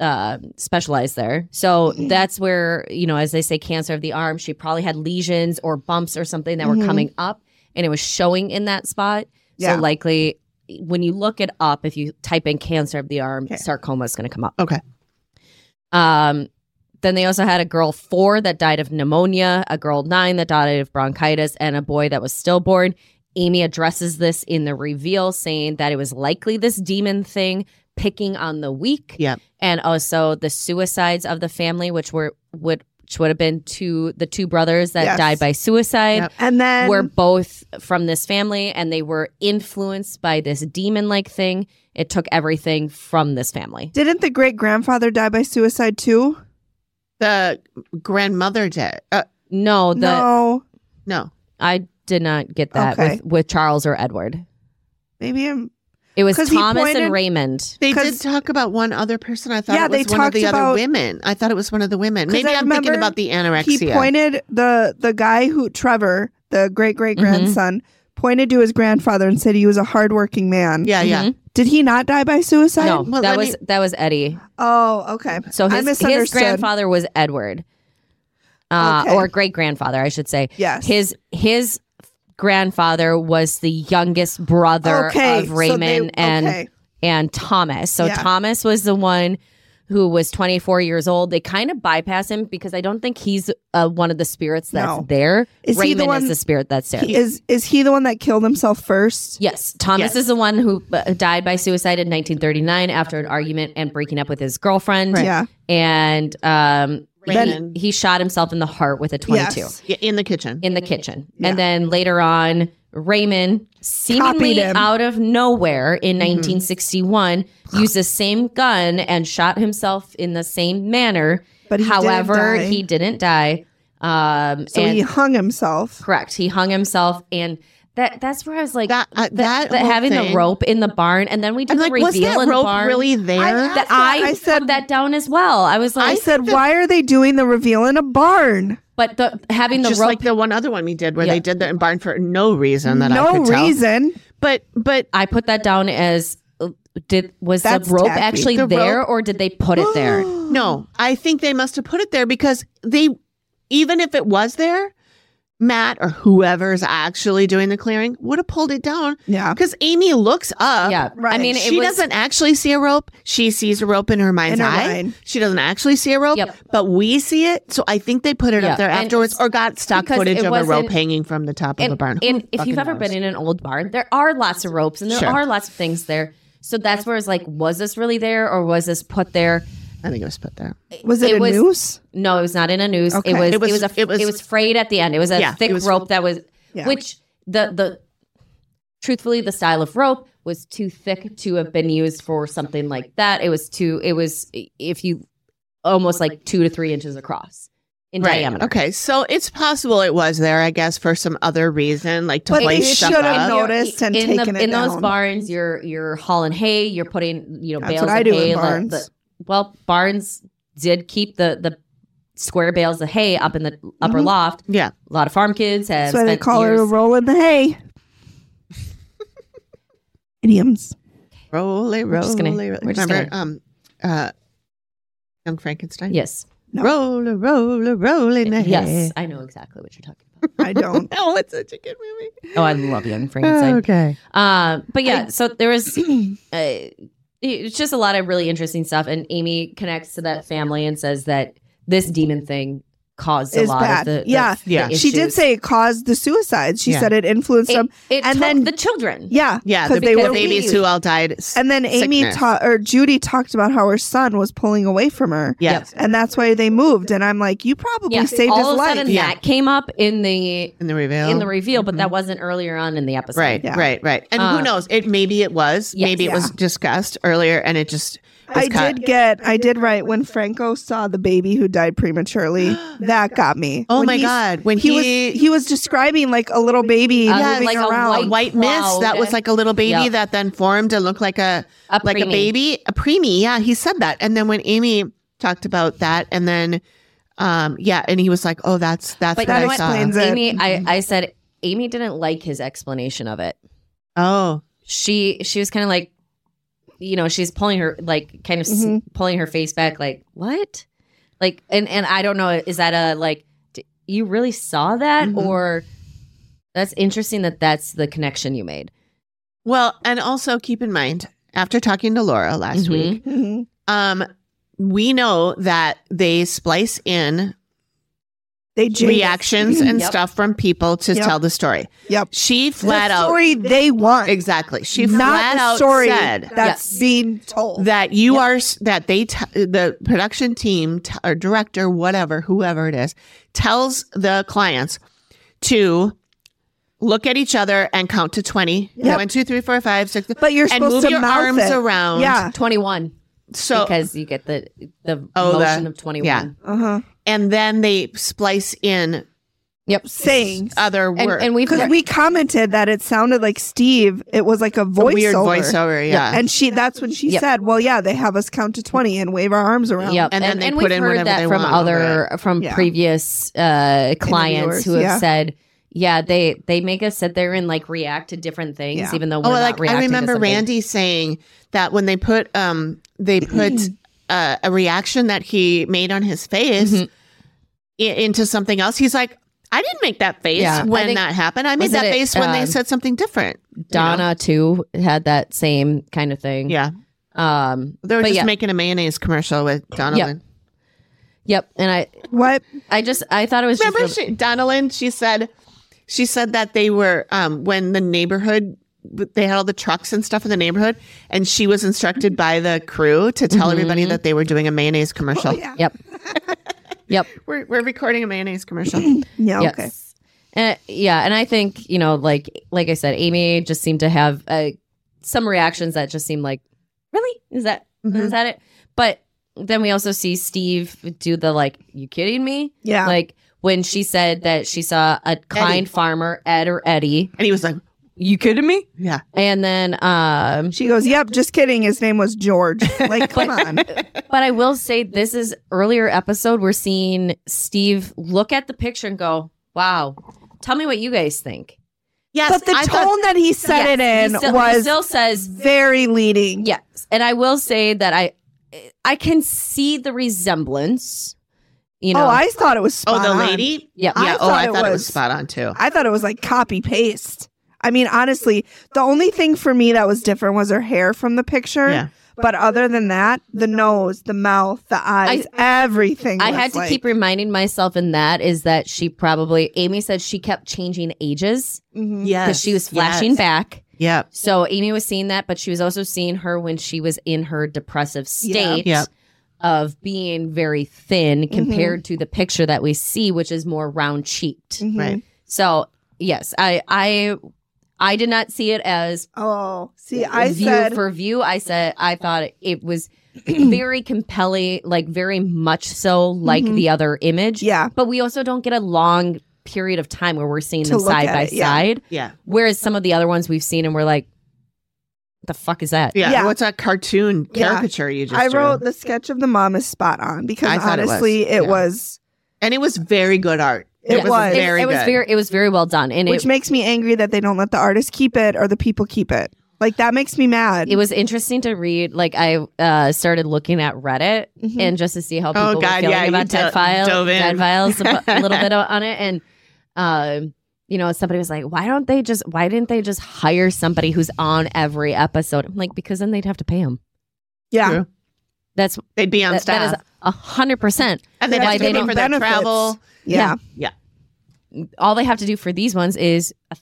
Speaker 3: Uh, specialized there, so that's where you know, as they say, cancer of the arm. She probably had lesions or bumps or something that
Speaker 2: Mhm.
Speaker 3: were coming up, and it was showing in that spot.
Speaker 2: Yeah.
Speaker 3: So likely when you look it up, if you type in cancer of the arm,
Speaker 2: Okay.
Speaker 3: sarcoma is going to come up.
Speaker 1: Okay.
Speaker 3: Um, then they also had a girl four that died of pneumonia, a girl nine that died of bronchitis, and a boy that was stillborn. Amy addresses this in the reveal, saying that it was likely this demon thing picking on the weak,
Speaker 1: Yep.
Speaker 3: and also the suicides of the family, which were would which would have been two the two brothers that
Speaker 2: Yes.
Speaker 3: died by suicide
Speaker 1: Yep.
Speaker 2: And then
Speaker 3: were both from this family and they were influenced by this demon like thing. It took everything from this family.
Speaker 2: didn't the great grandfather die by suicide too?
Speaker 1: The grandmother did. Uh,
Speaker 3: No, the
Speaker 2: no.
Speaker 1: no.
Speaker 3: I did not get that
Speaker 2: Okay.
Speaker 3: with, with Charles or Edward.
Speaker 2: Maybe I'm
Speaker 3: It was
Speaker 2: 'Cause he
Speaker 3: Thomas
Speaker 2: pointed-
Speaker 3: and Raymond.
Speaker 1: They
Speaker 2: 'Cause-
Speaker 1: did talk about one other person. I thought
Speaker 2: Yeah,
Speaker 1: it was
Speaker 2: they
Speaker 1: one of the
Speaker 2: talked
Speaker 1: other
Speaker 2: about-
Speaker 1: women. I thought it was one of the women.
Speaker 2: 'Cause
Speaker 1: Maybe
Speaker 2: I
Speaker 1: I'm thinking
Speaker 2: remember
Speaker 1: about the anorexia.
Speaker 2: he pointed the the guy who Trevor, the great great
Speaker 3: Mm-hmm.
Speaker 2: grandson, pointed to his grandfather and said he was a hardworking man.
Speaker 1: yeah, yeah.
Speaker 3: Mhm.
Speaker 2: Did he not die by suicide?
Speaker 3: No,
Speaker 1: Well,
Speaker 3: that
Speaker 1: let
Speaker 3: was
Speaker 1: me-
Speaker 3: that was Eddie.
Speaker 2: Oh, okay.
Speaker 3: So
Speaker 2: I
Speaker 3: his his
Speaker 2: misunderstood.
Speaker 3: grandfather was Edward, uh,
Speaker 2: Okay.
Speaker 3: or great grandfather, I should say.
Speaker 2: Yes.
Speaker 3: His his grandfather was the youngest brother
Speaker 2: okay.
Speaker 3: of
Speaker 2: so
Speaker 3: Raymond
Speaker 2: they-
Speaker 3: and
Speaker 2: okay.
Speaker 3: and Thomas. So
Speaker 2: Yeah.
Speaker 3: Thomas was the one who was 24 years old. They kind of bypass him because I don't think he's uh, one of the spirits that's
Speaker 2: No.
Speaker 3: there.
Speaker 2: Is
Speaker 3: Raymond
Speaker 2: he the one-
Speaker 3: is the spirit that's there.
Speaker 2: He- is is he the one that killed himself first?
Speaker 3: yes, Thomas
Speaker 1: Yes.
Speaker 3: is the one who uh, died by suicide in 1939 after an argument and breaking up with his girlfriend.
Speaker 2: Yeah.
Speaker 3: And um, he,
Speaker 1: Raymond.
Speaker 3: he shot himself in the heart with a 22
Speaker 2: Yes.
Speaker 1: Yeah, in the kitchen.
Speaker 3: in the kitchen.
Speaker 2: Yeah.
Speaker 3: And then later on, Raymond,
Speaker 2: Copied
Speaker 3: seemingly
Speaker 2: him. Mm-hmm.
Speaker 3: out of nowhere in 1961, used the same gun and shot himself in the same manner.
Speaker 2: But he didn't
Speaker 3: However,
Speaker 2: die.
Speaker 3: he didn't die. Um,
Speaker 2: So
Speaker 3: and
Speaker 2: he hung himself.
Speaker 3: correct, he hung himself. And that that's where I was like,
Speaker 1: that uh, that,
Speaker 3: that, that
Speaker 1: whole
Speaker 3: having
Speaker 1: thing-
Speaker 3: the rope in the barn, and then we did
Speaker 1: I'm
Speaker 3: the
Speaker 1: like,
Speaker 3: reveal
Speaker 1: was that
Speaker 3: in the
Speaker 1: rope
Speaker 3: barn.
Speaker 1: really there?
Speaker 2: I-
Speaker 3: That
Speaker 2: That's what
Speaker 3: I,
Speaker 2: I
Speaker 3: said,
Speaker 2: said-
Speaker 3: put that down as well. I was
Speaker 2: I
Speaker 3: like,
Speaker 2: said, why are they doing the reveal in a barn?
Speaker 3: but the having the
Speaker 1: Just
Speaker 3: rope
Speaker 1: like the one other one we did where
Speaker 3: Yeah.
Speaker 1: they did that in barn for no reason that I
Speaker 2: no
Speaker 1: could tell.
Speaker 2: reason.
Speaker 1: But but
Speaker 3: I put that down as uh, did was
Speaker 2: That's
Speaker 3: the rope
Speaker 2: tacky.
Speaker 3: actually
Speaker 1: The
Speaker 3: there or did they put it there?
Speaker 1: no, I think they must have put it there because they even if it was there, Matt or whoever's actually doing the clearing would have pulled it down
Speaker 2: Yeah.
Speaker 1: because Amy looks up.
Speaker 3: yeah, I
Speaker 2: right.
Speaker 3: mean it
Speaker 1: She
Speaker 3: was
Speaker 1: doesn't actually see a rope. She sees a rope in her mind's
Speaker 2: In her
Speaker 1: eye.
Speaker 2: mind.
Speaker 1: She doesn't actually see a rope,
Speaker 3: Yep.
Speaker 1: but we see it. So I think they put it
Speaker 3: Yeah,
Speaker 1: up there
Speaker 3: and
Speaker 1: afterwards
Speaker 3: it's-
Speaker 1: or got stock
Speaker 3: because
Speaker 1: footage
Speaker 3: it
Speaker 1: of a rope
Speaker 3: wasn't-
Speaker 1: hanging from the top of a
Speaker 3: and,
Speaker 1: barn.
Speaker 3: and
Speaker 1: Who
Speaker 3: if you've
Speaker 1: fucking
Speaker 3: ever
Speaker 1: knows?
Speaker 3: been in an old barn, there are lots of ropes and there
Speaker 1: Sure.
Speaker 3: are lots of things there. So that's where it's like, was this really there or was this put there?
Speaker 1: I think it was put there.
Speaker 2: Was it,
Speaker 3: It
Speaker 2: a
Speaker 3: was-
Speaker 2: noose?
Speaker 3: No, it was not in a noose.
Speaker 2: Okay.
Speaker 3: It was
Speaker 1: It
Speaker 3: it
Speaker 1: was-
Speaker 3: was a,
Speaker 1: it
Speaker 3: it
Speaker 1: was-
Speaker 3: was frayed at the end. It was a
Speaker 1: Yeah, it
Speaker 3: thick
Speaker 1: was-
Speaker 3: rope that was
Speaker 2: Yeah.
Speaker 3: which the the truthfully the style of rope was too thick to have been used for something like that. It was too it was if you almost like two to three inches across in diameter.
Speaker 1: Okay, so it's possible it was there, I guess, for some other reason, like to
Speaker 2: But
Speaker 1: place
Speaker 2: they
Speaker 1: stuff
Speaker 2: should
Speaker 1: up.
Speaker 2: have noticed and
Speaker 3: in
Speaker 2: taken
Speaker 3: the,
Speaker 2: it
Speaker 3: in those
Speaker 2: down.
Speaker 3: barns, you're you're hauling hay, you're putting you know
Speaker 2: That's
Speaker 3: bales
Speaker 2: what I
Speaker 3: of
Speaker 2: do in
Speaker 3: hay. like
Speaker 2: barns.
Speaker 3: the- well, barns did keep the the square bales of hay up in the upper
Speaker 2: Mhm.
Speaker 3: loft.
Speaker 1: Yeah,
Speaker 3: A lot of farm kids have
Speaker 2: That's why they
Speaker 3: uh, spent
Speaker 2: call
Speaker 3: years-
Speaker 2: it a roll in the hay. Idioms.
Speaker 1: roly,
Speaker 3: We're
Speaker 1: roly,
Speaker 3: just gonna-
Speaker 1: roly.
Speaker 3: we're just
Speaker 1: Remember,
Speaker 3: gonna-
Speaker 1: um, uh, Young Frankenstein.
Speaker 3: Yes,
Speaker 2: No.
Speaker 1: roller, roller, rolling the hay.
Speaker 3: yes, I know exactly what you're talking about.
Speaker 2: I don't.
Speaker 1: Oh, it's such a good movie.
Speaker 3: Oh, I love Young Frankenstein.
Speaker 1: okay.
Speaker 3: Uh, but yeah, so there was uh, it's just a lot of really interesting stuff. And Amy connects to that family and says that this demon thing caused a
Speaker 2: It's
Speaker 3: lot
Speaker 2: bad.
Speaker 3: of the, the-
Speaker 2: Yeah.
Speaker 3: the
Speaker 1: Yeah.
Speaker 2: She did
Speaker 3: issues.
Speaker 2: say it caused the suicides. She
Speaker 1: Yeah.
Speaker 2: said it influenced
Speaker 3: it,
Speaker 2: them.
Speaker 3: it
Speaker 2: and
Speaker 3: took
Speaker 2: then-
Speaker 3: the children.
Speaker 2: Yeah.
Speaker 1: Yeah, the,
Speaker 2: Because they
Speaker 1: the
Speaker 2: were
Speaker 1: babies
Speaker 2: weak.
Speaker 1: who all died. s-
Speaker 2: And then Amy
Speaker 1: Sickness.
Speaker 2: taught or Judy talked about how her son was pulling away from her.
Speaker 1: yes,
Speaker 2: And that's why they moved. And I'm like, you probably
Speaker 3: Yeah,
Speaker 2: saved
Speaker 3: all
Speaker 2: his
Speaker 3: of a
Speaker 2: life. Mm-hmm.
Speaker 3: sudden
Speaker 1: Yeah.
Speaker 3: that came up in the
Speaker 1: in the reveal.
Speaker 3: in the reveal, but that wasn't earlier on in the episode.
Speaker 1: Right,
Speaker 2: Yeah.
Speaker 1: right, right. And
Speaker 3: Uh,
Speaker 1: who knows? It maybe it was.
Speaker 3: yes.
Speaker 1: Maybe it was discussed earlier, and it just. was
Speaker 2: I
Speaker 1: cut.
Speaker 2: did get, I did write when Franco saw the baby who died prematurely. that got me.
Speaker 1: Oh
Speaker 2: When
Speaker 1: my
Speaker 2: he-
Speaker 1: God! When
Speaker 2: He
Speaker 1: he,
Speaker 2: was he was describing like a little baby
Speaker 3: Uh,
Speaker 2: moving
Speaker 3: like a
Speaker 2: around.
Speaker 1: a white mist
Speaker 3: cloud.
Speaker 1: that was like a little baby
Speaker 3: Yep.
Speaker 1: that then formed and looked like a
Speaker 3: A
Speaker 1: like a
Speaker 3: preemie.
Speaker 1: baby a preemie yeah he said that and then when amy talked about that and then um yeah and he was like oh that's that's
Speaker 3: But
Speaker 1: what
Speaker 3: you know
Speaker 1: i
Speaker 3: what?
Speaker 1: saw
Speaker 2: Explains it.
Speaker 3: Uh, Amy, I, I said Amy didn't like his explanation of it.
Speaker 1: oh
Speaker 3: She she was kind of like, you know, she's pulling her like kind of s
Speaker 2: Mhm.
Speaker 1: Mm-hmm.
Speaker 3: pulling her face back, like what, like and and I don't know, is that a like d- you really saw that
Speaker 1: Mhm.
Speaker 3: or that's interesting that that's the connection you made.
Speaker 1: Well, and also keep in mind, after talking to Laura last
Speaker 3: Mhm.
Speaker 1: week,
Speaker 2: Mhm.
Speaker 1: um, we know that they splice in
Speaker 2: They jade us.
Speaker 1: reactions and
Speaker 5: Yep.
Speaker 1: stuff from people to
Speaker 2: Yep.
Speaker 1: tell the story.
Speaker 2: Yep.
Speaker 1: She
Speaker 2: The
Speaker 1: flat out
Speaker 2: story they want.
Speaker 1: exactly. She
Speaker 2: not
Speaker 1: flat
Speaker 2: the
Speaker 1: out
Speaker 2: story
Speaker 1: said
Speaker 2: that's
Speaker 3: Yes.
Speaker 2: being told.
Speaker 1: that you
Speaker 2: Yep.
Speaker 1: are s- that they t- the production team t- or director whatever whoever it is tells the clients to look at each other and count to 20
Speaker 2: Yep.
Speaker 1: one two three four five six
Speaker 2: but you're
Speaker 1: and
Speaker 2: supposed
Speaker 1: move
Speaker 2: to
Speaker 1: your
Speaker 2: mouth
Speaker 1: arms
Speaker 2: it.
Speaker 1: around
Speaker 2: Yeah.
Speaker 3: 21
Speaker 1: Uh, so
Speaker 3: because you get the the
Speaker 1: Oh, the-
Speaker 3: motion of 21.
Speaker 1: yeah.
Speaker 2: Uh huh.
Speaker 1: and then they splice in
Speaker 3: Yep.
Speaker 2: Saying
Speaker 1: other
Speaker 3: And,
Speaker 1: words
Speaker 3: and we've
Speaker 2: because
Speaker 3: learned,
Speaker 2: we commented that it sounded like Steve. It was like a
Speaker 1: A
Speaker 2: voiceover.
Speaker 1: weird voiceover yeah
Speaker 2: And she that's when she
Speaker 3: Yep.
Speaker 2: said, Well, yeah, they have us count to twenty and wave our arms around.
Speaker 3: Yep.
Speaker 1: Um, And then they put
Speaker 3: we've
Speaker 1: in
Speaker 3: heard
Speaker 1: whatever
Speaker 3: that
Speaker 1: they
Speaker 3: from
Speaker 1: want over
Speaker 3: other from
Speaker 2: Yeah.
Speaker 3: previous uh, clients who have
Speaker 2: yeah.
Speaker 3: said, yeah, they they make us sit there and like react to different things,
Speaker 2: Yeah.
Speaker 3: even though we're
Speaker 1: oh
Speaker 3: not
Speaker 1: like i
Speaker 3: reacting to
Speaker 1: remember
Speaker 3: something.
Speaker 1: randy saying that when they put um they put uh, a reaction that he made on his face
Speaker 3: Mhm.
Speaker 1: i- into something else he's like i didn't make that face
Speaker 3: Yeah. I
Speaker 1: when
Speaker 3: think-
Speaker 1: that happened i made
Speaker 3: was
Speaker 1: that
Speaker 3: it,
Speaker 1: face when they
Speaker 3: um,
Speaker 1: said something different
Speaker 3: Donna too had that same kind of thing.
Speaker 1: yeah
Speaker 3: Um.
Speaker 1: they were
Speaker 3: But
Speaker 1: just
Speaker 3: yeah.
Speaker 1: making a mayonnaise commercial with donalyn
Speaker 3: Yep. And I
Speaker 2: What
Speaker 3: I just I thought it was
Speaker 1: remember
Speaker 3: just a-
Speaker 1: she, donalyn she said she said that they were um when the neighborhood they had all the trucks and stuff in the neighborhood and she was instructed by the crew to tell everybody
Speaker 3: Mhm.
Speaker 1: that they were doing a mayonnaise commercial
Speaker 2: Oh, yeah.
Speaker 3: yep. yep.
Speaker 1: we're, we're recording a mayonnaise commercial
Speaker 2: Yeah,
Speaker 3: Yes.
Speaker 2: Oh, okay.
Speaker 3: And- yeah, and I think you know, like like I said, Amy just seemed to have uh, some reactions that just seemed like, really, is that is
Speaker 1: Mhm.
Speaker 3: that it? But then we also see Steve do the like, you kidding me?
Speaker 2: Yeah.
Speaker 3: Like when she said that she saw a kind farmer, Ed or Eddie.
Speaker 1: and he was like
Speaker 3: You kidding me?
Speaker 1: yeah
Speaker 3: And then, um,
Speaker 2: she goes, Yep, just kidding. His name was George. Like, come on.
Speaker 3: but I will say this is earlier episode. We're seeing Steve look at the picture and go, "Wow, tell me what you guys think."
Speaker 1: yes
Speaker 2: But the
Speaker 1: I
Speaker 2: tone
Speaker 1: thought-
Speaker 2: that he said it
Speaker 3: Yes,
Speaker 2: in
Speaker 3: he still, he
Speaker 2: was
Speaker 3: still says
Speaker 2: very leading.
Speaker 3: Yes, and I will say that I I can see the resemblance. You know,
Speaker 2: oh, I thought it was spot
Speaker 1: oh the
Speaker 2: on.
Speaker 1: lady
Speaker 3: yeah,
Speaker 2: I
Speaker 1: yeah oh
Speaker 2: thought
Speaker 1: i
Speaker 2: it
Speaker 1: thought it
Speaker 2: was-
Speaker 1: was spot on too
Speaker 2: I thought it was like copy paste. I mean, honestly, the only thing for me that was different was her hair from the picture.
Speaker 1: Yeah.
Speaker 2: But other than that, the nose, the mouth, the eyes, everything.
Speaker 3: I
Speaker 2: was
Speaker 3: had to
Speaker 2: like-
Speaker 3: keep reminding myself in that is that she probably Amy said she kept changing ages
Speaker 2: Mhm.
Speaker 1: yeah
Speaker 3: because she was flashing back.
Speaker 1: yeah
Speaker 3: So Amy was seeing that, but she was also seeing her when she was in her depressive state
Speaker 1: Yep.
Speaker 3: of being very thin
Speaker 2: Mm-hmm.
Speaker 3: compared to the picture that we see, which is more round cheeked.
Speaker 2: Mhm.
Speaker 1: right
Speaker 3: So yes, I I I did not see it as
Speaker 2: Oh, see, I
Speaker 3: view
Speaker 2: said
Speaker 3: for view. I said I thought it was very compelling, like very much so like
Speaker 2: Mhm.
Speaker 3: the other image.
Speaker 2: Yeah.
Speaker 3: But we also don't get a long period of time where we're seeing
Speaker 2: To
Speaker 3: them
Speaker 2: look
Speaker 3: side
Speaker 2: at
Speaker 3: by
Speaker 2: it, yeah.
Speaker 3: side.
Speaker 1: yeah
Speaker 3: Whereas some of the other ones we've seen and we're like, the fuck is that?
Speaker 1: yeah,
Speaker 2: Yeah.
Speaker 1: what's that cartoon
Speaker 2: Yeah.
Speaker 1: caricature you just
Speaker 2: I wrote
Speaker 1: drew?
Speaker 2: the sketch of the mom is spot on because
Speaker 1: I thought it was.
Speaker 2: honestly, it
Speaker 1: Yeah.
Speaker 2: was,
Speaker 1: and it was very good art
Speaker 2: It
Speaker 1: was,
Speaker 2: was.
Speaker 1: very
Speaker 3: it, was
Speaker 1: good.
Speaker 3: very it was very well done. And
Speaker 2: which
Speaker 3: it,
Speaker 2: makes me angry that they don't let the artist keep it or the people keep it. Like that makes me mad.
Speaker 3: it was interesting to read. Like I uh, started looking at Reddit
Speaker 2: Mhm.
Speaker 3: and just to see how people
Speaker 1: Mm-hmm. Oh,
Speaker 3: were
Speaker 1: God,
Speaker 3: feeling
Speaker 1: yeah, you
Speaker 3: about
Speaker 1: do-
Speaker 3: Dead Files,
Speaker 1: dove in.
Speaker 3: Dead Files, a bu- a little bit on it, and um, you know, somebody was like, "Why don't they just? Why didn't they just hire somebody who's on every episode?" I'm like, because then they'd have to pay them.
Speaker 2: yeah,
Speaker 1: True.
Speaker 3: That's
Speaker 1: they'd be on
Speaker 3: that,
Speaker 1: staff
Speaker 3: that is a hundred percent.
Speaker 1: and then
Speaker 3: why
Speaker 1: they
Speaker 3: they
Speaker 1: pay
Speaker 3: don't-
Speaker 1: for their
Speaker 2: benefits.
Speaker 1: travel
Speaker 2: yeah,
Speaker 3: All they have to do for these ones is a,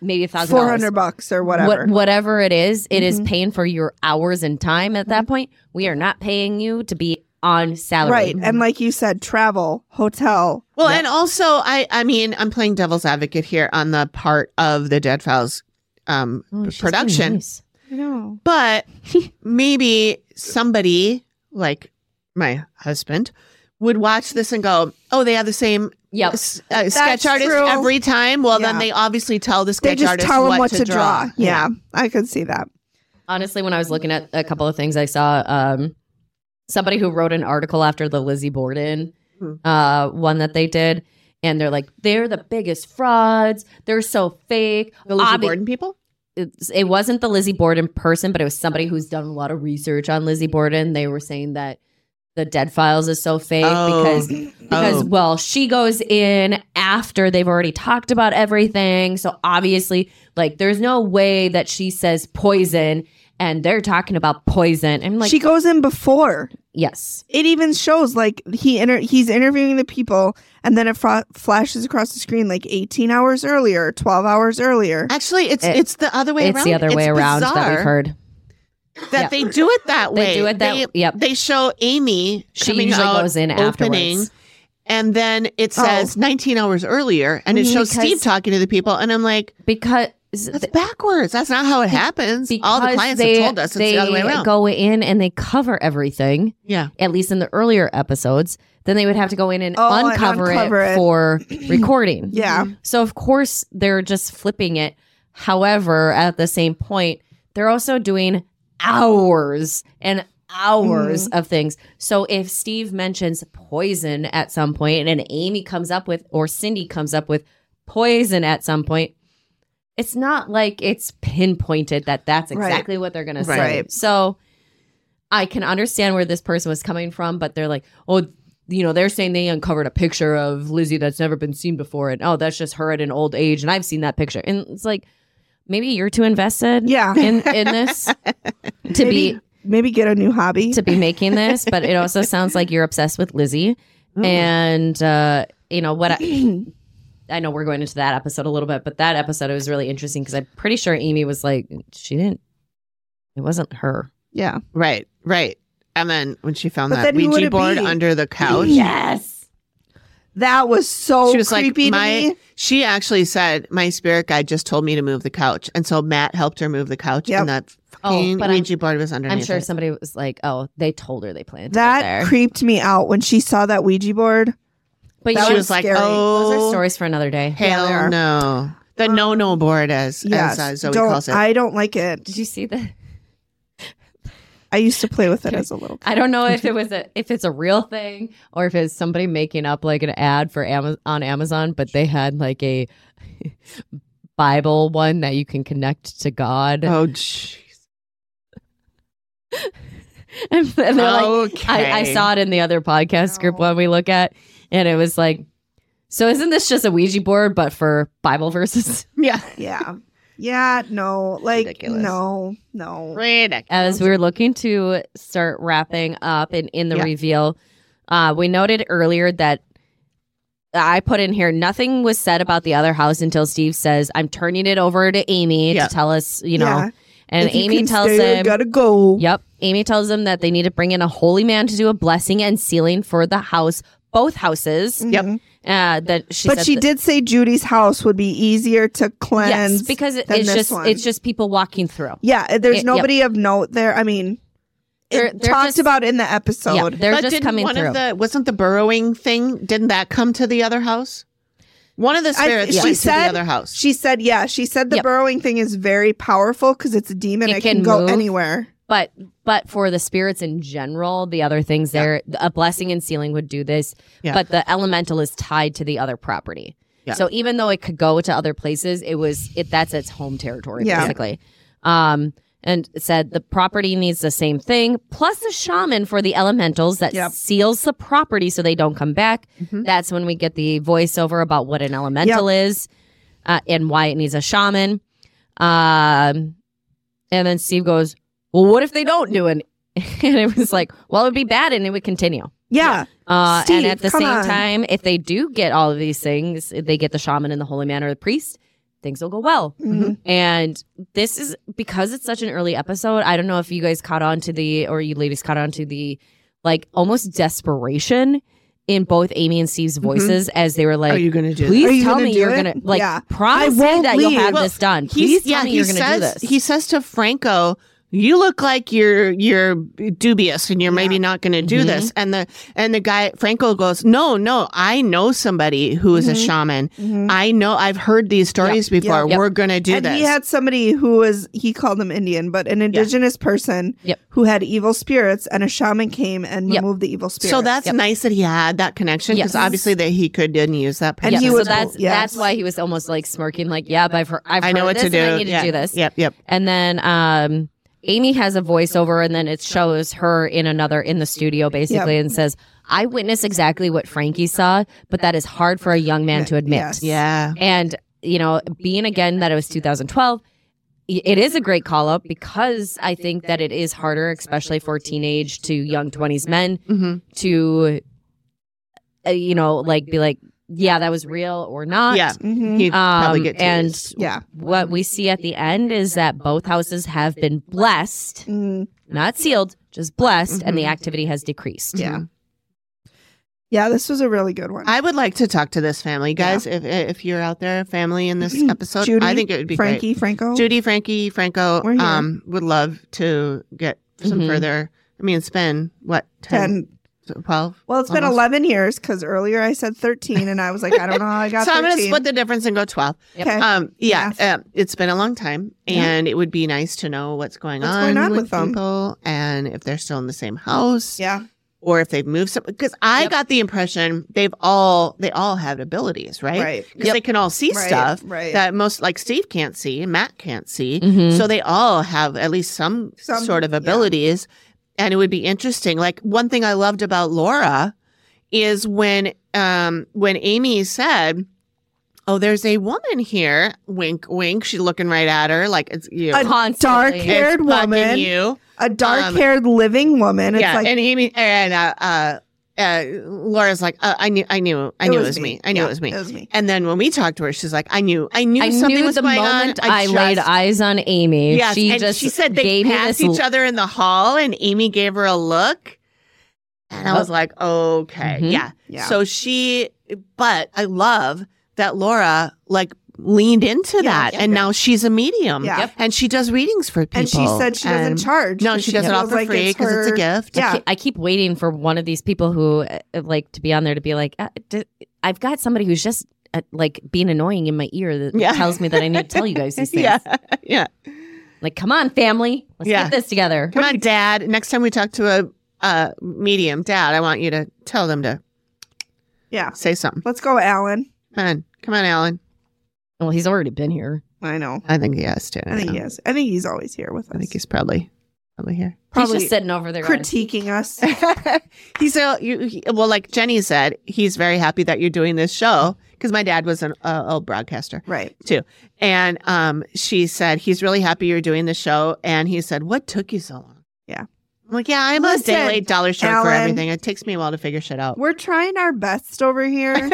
Speaker 3: maybe a thousand
Speaker 2: four
Speaker 3: dollars.
Speaker 2: hundred bucks or whatever.
Speaker 3: What, whatever it is, it is
Speaker 1: Mm-hmm.
Speaker 2: Mhm.
Speaker 3: paying for your hours and time at that point. We are not paying you to be on salary.
Speaker 2: right, and like you said, travel, hotel.
Speaker 1: well
Speaker 3: Yeah.
Speaker 1: and also i i mean i'm playing devil's advocate here on the part of the dead files um
Speaker 3: Oh, she's being
Speaker 1: production
Speaker 3: nice.
Speaker 2: I know.
Speaker 1: but maybe somebody like my husband would watch this and go, "Oh, they have the same
Speaker 3: Yep.
Speaker 1: s- uh, sketch artist
Speaker 2: true.
Speaker 1: every time." Well,
Speaker 2: Yeah.
Speaker 1: then they obviously tell the
Speaker 2: They
Speaker 1: sketch
Speaker 2: just
Speaker 1: artist
Speaker 2: tell them
Speaker 1: what,
Speaker 2: what, to draw. Yeah, I could see that.
Speaker 3: Honestly, when I was looking at a couple of things, I saw um, somebody who wrote an article after the Lizzie Borden
Speaker 1: Hmm.
Speaker 3: uh, one that they did. And they're like, they're the biggest frauds. They're so fake.
Speaker 1: The Lizzie
Speaker 3: Obvi-
Speaker 1: Borden people.
Speaker 3: it's- it wasn't the Lizzie Borden person, but it was somebody who's done a lot of research on Lizzie Borden. They were saying that the Dead Files is so fake
Speaker 1: Oh.
Speaker 3: because because
Speaker 1: Oh.
Speaker 3: well she goes in after they've already talked about everything so obviously like there's no way that she says poison and they're talking about poison and like
Speaker 2: she goes in before.
Speaker 3: yes
Speaker 2: It even shows like he inter- he's interviewing the people, and then it fro- flashes across the screen like 18 hours earlier, 12 hours earlier.
Speaker 1: Actually, it's
Speaker 3: It-
Speaker 1: it's the other way
Speaker 3: it's
Speaker 1: around.
Speaker 3: the other way around that
Speaker 1: bizarre
Speaker 3: we've heard
Speaker 1: that
Speaker 3: Yeah.
Speaker 1: they do it that
Speaker 3: They
Speaker 1: way.
Speaker 3: do it that-
Speaker 1: They,
Speaker 3: yep.
Speaker 1: They show Amy.
Speaker 3: She
Speaker 1: coming
Speaker 3: usually
Speaker 1: out,
Speaker 3: goes in
Speaker 1: opening,
Speaker 3: afterwards.
Speaker 1: and then it
Speaker 2: Oh.
Speaker 1: says 19 hours earlier, and
Speaker 2: Mm-hmm,
Speaker 1: it shows
Speaker 3: Because-
Speaker 1: Steve talking to the people, and I'm like,
Speaker 3: because
Speaker 1: that's backwards. That's not how it happens. All the
Speaker 3: because
Speaker 1: clients
Speaker 3: they,
Speaker 1: have told us it's
Speaker 3: they
Speaker 1: the other way around.
Speaker 3: go in and they cover everything
Speaker 1: yeah,
Speaker 3: at least in the earlier episodes then they would have to go in and,
Speaker 2: Oh, and
Speaker 3: uncover,
Speaker 2: uncover
Speaker 3: it,
Speaker 2: it.
Speaker 3: for recording
Speaker 2: Yeah.
Speaker 3: So of course they're just flipping it. However, at the same point, they're also doing hours and hours
Speaker 2: Mm-hmm.
Speaker 3: of things. So if Steve mentions poison at some point and Amy comes up with or Cindy comes up with poison at some point, it's not like it's pinpointed that that's
Speaker 2: Right.
Speaker 3: exactly what they're going to say.
Speaker 2: Right.
Speaker 3: So I can understand where this person was coming from, but they're like, "Oh, you know, they're saying they uncovered a picture of Lizzie that's never been seen before, and oh, that's just her at an old age, and I've seen that picture. And it's like, maybe you're too invested,
Speaker 2: Yeah.
Speaker 3: in in this to be
Speaker 2: Maybe get a new hobby.
Speaker 3: to be making this. But it also sounds like you're obsessed with Lizzie,
Speaker 2: Mm.
Speaker 3: and uh, you know what? I, I know we're going into that episode a little bit, but that episode it was really interesting because I'm pretty sure Amy was like, she didn't, it wasn't her.
Speaker 2: yeah.
Speaker 1: right, right. And then when she found
Speaker 2: But
Speaker 1: that
Speaker 2: then who would
Speaker 1: Ouija
Speaker 2: it
Speaker 1: board
Speaker 2: be?
Speaker 1: under the couch,
Speaker 3: Yes.
Speaker 2: That was so
Speaker 1: she was like,
Speaker 2: creepy
Speaker 1: my.
Speaker 2: to me.
Speaker 1: She actually said, "My spirit guide just told me to move the couch," and so Matt helped her move the couch,
Speaker 2: Yep.
Speaker 1: and that
Speaker 3: Oh,
Speaker 1: fucking
Speaker 3: but I'm-
Speaker 1: Ouija board was underneath.
Speaker 3: I'm sure
Speaker 1: it.
Speaker 3: somebody was like, "Oh, they told her they planned
Speaker 2: That
Speaker 3: that." There.
Speaker 2: creeped me out when she saw that Ouija board.
Speaker 3: but
Speaker 2: that
Speaker 3: you
Speaker 1: she
Speaker 2: was
Speaker 1: was like,
Speaker 2: scary.
Speaker 1: "Oh,
Speaker 3: Those are stories for another day.
Speaker 1: Hell
Speaker 2: there.
Speaker 1: no. The no no board, as,
Speaker 2: Um, Yes.
Speaker 1: as uh, Zoe
Speaker 2: don't,
Speaker 1: calls it.
Speaker 2: I don't like it.
Speaker 3: Did you see that?
Speaker 2: I used to play with it as a little kid.
Speaker 3: I don't know if it was a if it's a real thing or if it's somebody making up like an ad for Amaz- on Amazon, but they had like a Bible one that you can connect to God,
Speaker 1: oh, jeez.
Speaker 3: and they're like,
Speaker 1: okay.
Speaker 3: I, I saw it in the other podcast group one we look at, and it was like, so isn't this just a Ouija board but for Bible verses?
Speaker 1: Yeah.
Speaker 2: Yeah. Yeah, no. Like
Speaker 1: Ridiculous.
Speaker 2: no, no.
Speaker 1: Ridiculous.
Speaker 3: as we were looking to start wrapping up and in the
Speaker 1: Yeah.
Speaker 3: reveal, uh, we noted earlier that I put in here nothing was said about the other house until Steve says, "I'm turning it over to Amy
Speaker 1: Yeah.
Speaker 3: to tell us," you know,
Speaker 2: Yeah.
Speaker 3: and
Speaker 2: If you
Speaker 3: Amy
Speaker 2: can
Speaker 3: tells
Speaker 2: stay,
Speaker 3: him.
Speaker 2: gotta go.
Speaker 3: Yep. Amy tells him that they need to bring in a holy man to do a blessing and sealing for the house, both houses.
Speaker 1: Yep.
Speaker 2: Mhm.
Speaker 3: Uh, that she
Speaker 2: But
Speaker 3: said
Speaker 2: she
Speaker 3: that-
Speaker 2: did say Judy's house would be easier to cleanse.
Speaker 3: yes, because it-
Speaker 2: than
Speaker 3: it's
Speaker 2: this
Speaker 3: just
Speaker 2: one.
Speaker 3: it's just people walking through.
Speaker 2: Yeah, there's
Speaker 3: It- yep.
Speaker 2: nobody of note there. I mean, it
Speaker 3: They're- they're
Speaker 2: talked
Speaker 3: just-
Speaker 2: about in the
Speaker 3: Yeah,
Speaker 2: episode.
Speaker 3: they're
Speaker 1: but
Speaker 3: just
Speaker 1: didn't
Speaker 3: coming
Speaker 1: one
Speaker 3: through.
Speaker 1: Of the, wasn't the burrowing thing, didn't that come to the other house? One of the
Speaker 2: I-
Speaker 1: spirits
Speaker 2: she
Speaker 1: went to
Speaker 2: said-
Speaker 1: the other house.
Speaker 2: She said, yeah, she said the
Speaker 3: Yep.
Speaker 2: burrowing thing is very powerful because it's a demon.
Speaker 3: It
Speaker 2: It, can,
Speaker 3: can
Speaker 2: go
Speaker 3: move.
Speaker 2: anywhere.
Speaker 3: but but for the spirits in general the other things there a blessing and sealing would do this
Speaker 1: Yeah.
Speaker 3: but the elemental is tied to the other property
Speaker 1: Yeah.
Speaker 3: so even though it could go to other places it was it that's its home territory
Speaker 2: Yeah.
Speaker 3: basically um and it said the property needs the same thing plus a shaman for the elementals that
Speaker 2: Yep.
Speaker 3: seals the property so they don't come back that's when we get the voiceover about what an elemental is uh, and why it needs a shaman um, and then Steve goes, "Well, what if they don't do it?" And it was like, "Well, it would be bad, and it would continue."
Speaker 2: Yeah.
Speaker 3: Uh,
Speaker 2: Steve,
Speaker 3: and at the
Speaker 2: come
Speaker 3: same
Speaker 2: on.
Speaker 3: time, if they do get all of these things, if they get the shaman and the holy man or the priest, things will go well.
Speaker 1: Mm-hmm.
Speaker 2: Mhm.
Speaker 3: And this is because it's such an early episode. I don't know if you guys caught on to the, or you ladies caught on to the, like almost desperation in both Amy and Steve's voices as they were like,
Speaker 1: Are you going to do
Speaker 2: Are
Speaker 3: "Please
Speaker 2: Mm-hmm. Oh, you
Speaker 3: tell
Speaker 2: gonna
Speaker 3: me
Speaker 2: do
Speaker 3: you're
Speaker 2: it?
Speaker 3: gonna like
Speaker 2: Yeah.
Speaker 3: promise
Speaker 2: I
Speaker 3: me
Speaker 2: won't
Speaker 3: that you'll
Speaker 2: leave."
Speaker 3: have
Speaker 1: Well,
Speaker 3: this done.
Speaker 1: that?
Speaker 3: Please
Speaker 1: He's-
Speaker 3: tell me
Speaker 1: he
Speaker 3: you're gonna do
Speaker 1: says-
Speaker 3: this."
Speaker 1: He says to Franco, you look like you're you're dubious and you're maybe not going to do
Speaker 3: Mhm.
Speaker 1: this. And the and the guy Franco goes, "No, no, I know somebody who is a
Speaker 2: Mhm.
Speaker 1: shaman.
Speaker 2: Mhm.
Speaker 1: I know I've heard these stories before.
Speaker 2: Yep.
Speaker 3: Mm-hmm. Yep.
Speaker 1: We're going to do
Speaker 2: and
Speaker 1: this."
Speaker 2: he had somebody who was he called them Indian, but an indigenous person
Speaker 3: Yep.
Speaker 2: who had evil spirits, and a shaman came and
Speaker 3: Yep.
Speaker 2: removed the evil spirits.
Speaker 1: So that's
Speaker 3: Yep.
Speaker 1: nice that he had that connection because
Speaker 3: Yes.
Speaker 1: obviously that he could didn't use that.
Speaker 2: And
Speaker 3: yeah,
Speaker 2: he
Speaker 3: so
Speaker 2: was-
Speaker 3: that's
Speaker 2: yes.
Speaker 3: that's why he was almost like smirking, like, "Yeah, but I've heard, I've
Speaker 1: I know
Speaker 3: heard
Speaker 1: what
Speaker 3: this
Speaker 1: to do.
Speaker 3: and I need
Speaker 1: yeah.
Speaker 3: to do this."
Speaker 1: Yep, yep.
Speaker 3: And then um, Amy has a voiceover and then it shows her in another in the studio basically and says, I witnessed exactly what Frankie saw, but that is hard for a young man to admit.
Speaker 2: Yes.
Speaker 1: Yeah.
Speaker 3: And, you know, being again that it was 2012, y- it is a great call up because I think that it is harder, especially for teenage to young 20s men,
Speaker 2: Mm-hmm.
Speaker 1: Mhm.
Speaker 3: to, uh, you know, like be like, yeah, that was real or not.
Speaker 1: Yeah.
Speaker 2: Mhm.
Speaker 1: He'd probably
Speaker 3: Um,
Speaker 1: get
Speaker 3: and
Speaker 1: teased.
Speaker 2: Yeah.
Speaker 3: what we see at the end is that both houses have been blessed,
Speaker 2: Mm.
Speaker 3: not sealed, just blessed, and the
Speaker 1: Mhm.
Speaker 3: activity has decreased.
Speaker 1: yeah.
Speaker 2: Yeah, this was a really good one.
Speaker 1: I would like to talk to this family, guys. If if you're out there, family in this episode,
Speaker 2: Judy,
Speaker 1: I think it would be great.
Speaker 2: Frankie, Franco.
Speaker 1: Judy, Frankie, Franco,
Speaker 2: We're here.
Speaker 1: um, would love to get some
Speaker 3: Mhm.
Speaker 1: further. I mean, it's been what 10,
Speaker 2: Ten.
Speaker 1: 12?
Speaker 2: Well, it's been
Speaker 1: Almost.
Speaker 2: 11 years because earlier I said 13 and I was like, I don't know how I got
Speaker 1: so I'm going to
Speaker 2: 13.
Speaker 1: split the difference and go 12.
Speaker 3: Yep.
Speaker 2: Okay.
Speaker 1: Um, yeah,
Speaker 2: Yeah.
Speaker 1: um, it's been a long time, and it would be nice to know what's going
Speaker 2: What's
Speaker 1: on,
Speaker 2: going on
Speaker 1: with,
Speaker 2: with them?
Speaker 1: people and if they're still in the same house
Speaker 2: yeah.
Speaker 1: or if they've moved some. Because I
Speaker 3: Yep.
Speaker 1: got the impression they've all they all have abilities, right?
Speaker 2: Right.
Speaker 1: Because they can all see
Speaker 2: Right,
Speaker 1: stuff
Speaker 2: Right. Mm-hmm.
Speaker 1: that most like Steve can't see, and Matt can't see.
Speaker 3: Mhm.
Speaker 1: So they all have at least some,
Speaker 2: Some-
Speaker 1: sort of
Speaker 2: yeah.
Speaker 1: abilities. And it would be interesting. Like one thing I loved about Laura is when um when Amy said, Oh, there's a woman here, wink wink, she's looking right at her, like it's you.
Speaker 2: A
Speaker 3: Constantly.
Speaker 1: It's
Speaker 2: dark-haired
Speaker 1: fucking
Speaker 2: woman.
Speaker 1: you.
Speaker 2: a dark haired living woman. It's
Speaker 1: um, yeah.
Speaker 2: like,
Speaker 1: and Amy and uh, uh uh Laura's like, uh, I knew I knew I knew it was me. I knew
Speaker 2: Yeah,
Speaker 1: it was me.
Speaker 2: It was me.
Speaker 1: and then when we talked to her, she's like, I knew I knew
Speaker 3: I
Speaker 1: something
Speaker 3: knew
Speaker 1: was
Speaker 3: the
Speaker 1: going on.
Speaker 3: moment I,
Speaker 1: just
Speaker 3: laid eyes on Amy.
Speaker 1: Yes,
Speaker 3: she
Speaker 1: and
Speaker 3: just
Speaker 1: she said they
Speaker 3: gave
Speaker 1: passed
Speaker 3: me this
Speaker 1: each other in the hall, and Amy gave her a look, and I was like, okay,
Speaker 3: Mhm.
Speaker 1: yeah.
Speaker 2: Yeah.
Speaker 1: So she, but I love that Laura like leaned into
Speaker 2: Yeah,
Speaker 1: that,
Speaker 2: yep,
Speaker 1: and
Speaker 2: yep.
Speaker 1: now she's a medium,
Speaker 2: Yeah. Yep.
Speaker 1: and she does readings for people,
Speaker 2: and she said she doesn't
Speaker 1: and-
Speaker 2: charge.
Speaker 1: No,
Speaker 2: but
Speaker 1: she does it all
Speaker 2: feels
Speaker 1: for
Speaker 2: like
Speaker 1: free because it's a
Speaker 2: her-
Speaker 1: gift.
Speaker 2: Yeah.
Speaker 3: I keep- I keep waiting for one of these people who uh, like to be on there to be like, uh, d- I've got somebody who's just uh, like being annoying in my ear that
Speaker 1: Yeah.
Speaker 3: tells me that I need to tell you guys these things.
Speaker 1: yeah, yeah.
Speaker 3: Like, come on, family, let's
Speaker 1: Yeah.
Speaker 3: get this together.
Speaker 1: Come on, Dad. Next time we talk to a, a medium, Dad, I want you to tell them to
Speaker 2: Yeah.
Speaker 1: say something.
Speaker 2: Let's go, Alan.
Speaker 1: Come on, come on, Alan.
Speaker 3: Well, he's already been here.
Speaker 2: I know.
Speaker 1: I think he has to.
Speaker 2: I think he is. I think he's always here with us.
Speaker 1: I think he's probably probably here.
Speaker 3: he's
Speaker 2: probably
Speaker 3: just sitting over there. going,
Speaker 2: critiquing us.
Speaker 1: he's a you, he- well, like Jenny said, he's very happy that you're doing this show because my dad was an uh, old broadcaster,
Speaker 2: Right.
Speaker 1: and um, she said he's really happy you're doing the show, and he said, "What took you so long?"
Speaker 2: Yeah.
Speaker 1: I'm like, yeah, I'm a
Speaker 2: Listen,
Speaker 1: day late, dollar short for
Speaker 2: Alan.
Speaker 1: everything. It takes me a while to figure shit out.
Speaker 2: We're trying our best over here.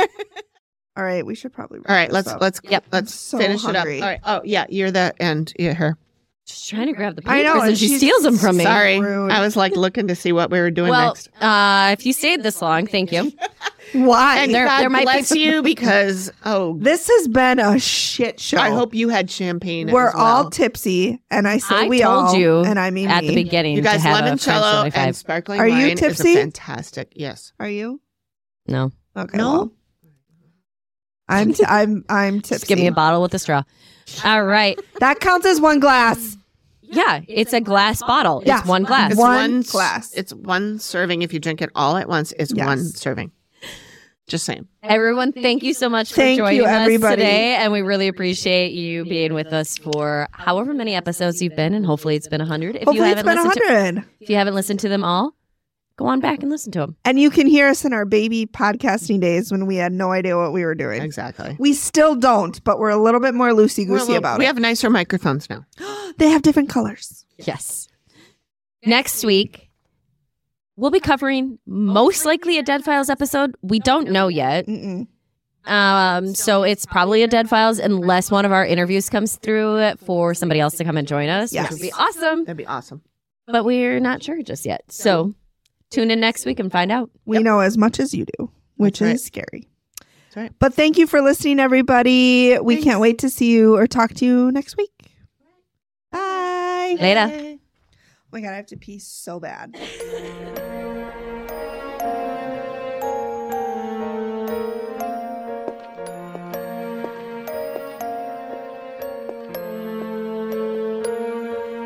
Speaker 2: all right. We should probably.
Speaker 1: All right, let's let's
Speaker 3: Yep.
Speaker 1: let's
Speaker 2: so
Speaker 1: finish
Speaker 2: hungry.
Speaker 1: it up. All right, oh yeah, you're the and you're her.
Speaker 3: She's trying to grab the papers
Speaker 2: I know,
Speaker 3: and
Speaker 2: and
Speaker 3: she
Speaker 2: she's-
Speaker 3: steals them from me.
Speaker 1: Sorry,
Speaker 2: rude.
Speaker 1: I was like looking to see what we were doing
Speaker 3: Well,
Speaker 1: next.
Speaker 3: uh, if you stayed this long, thank you.
Speaker 2: Why?
Speaker 1: And
Speaker 3: there-
Speaker 1: God
Speaker 3: there might be-
Speaker 1: bless you because oh
Speaker 2: this has been a shit show.
Speaker 1: I hope you had champagne.
Speaker 2: we're
Speaker 1: as well.
Speaker 2: all tipsy, and I say
Speaker 3: I
Speaker 2: we
Speaker 3: told
Speaker 2: all,
Speaker 3: you
Speaker 2: and I mean
Speaker 3: At the
Speaker 2: me.
Speaker 3: beginning,
Speaker 1: you
Speaker 3: to
Speaker 1: guys
Speaker 3: have a
Speaker 1: limoncello
Speaker 3: French 75.
Speaker 1: and sparkling
Speaker 2: Are you
Speaker 1: wine is a
Speaker 2: tipsy?
Speaker 1: fantastic. Yes,
Speaker 2: Are you?
Speaker 3: No,
Speaker 2: Okay.
Speaker 1: No?
Speaker 2: well. I'm t- I'm I'm tipsy.
Speaker 3: just give me a bottle with a straw. All right.
Speaker 2: that counts as one glass.
Speaker 3: Yeah, it's a glass bottle.
Speaker 2: Yeah.
Speaker 3: It's one glass.
Speaker 1: it's
Speaker 2: One
Speaker 1: s-
Speaker 2: glass.
Speaker 1: It's one serving. If you drink it all at once, it's
Speaker 2: Yes.
Speaker 1: one serving. Just saying.
Speaker 3: Everyone, thank you so much for
Speaker 2: Thank you,
Speaker 3: joining us
Speaker 2: everybody.
Speaker 3: today. And we really appreciate you being with us for however many episodes you've been, and hopefully it's been 100. If, you
Speaker 2: Hopefully, it's
Speaker 3: haven't
Speaker 2: been
Speaker 3: listened to,
Speaker 2: hundred,
Speaker 3: if you haven't listened to them all, go on back and listen to them.
Speaker 2: and you can hear us in our baby podcasting days when we had no idea what we were doing.
Speaker 1: Exactly.
Speaker 2: We still don't, but we're a little bit more loosey
Speaker 1: We're a
Speaker 2: goosey
Speaker 1: little-
Speaker 2: about
Speaker 1: we
Speaker 2: it.
Speaker 1: have nicer microphones now.
Speaker 2: they have different colors.
Speaker 3: Yes. Next week, we'll be covering most likely a Dead Files episode. We don't know yet.
Speaker 2: Mm-mm.
Speaker 3: Um, so it's probably a Dead Files unless one of our interviews comes through for somebody else to come and join us,
Speaker 2: Yes.
Speaker 3: which would be awesome.
Speaker 1: That'd be awesome.
Speaker 3: But we're not sure just yet. So tune in next week and find out.
Speaker 2: We know as much as you do, which
Speaker 1: That's right.
Speaker 2: is scary.
Speaker 1: That's right.
Speaker 2: But thank you for listening, everybody. We can't wait to see you or talk to you next week. Bye.
Speaker 3: Later.
Speaker 2: Oh my god, I have to pee so bad.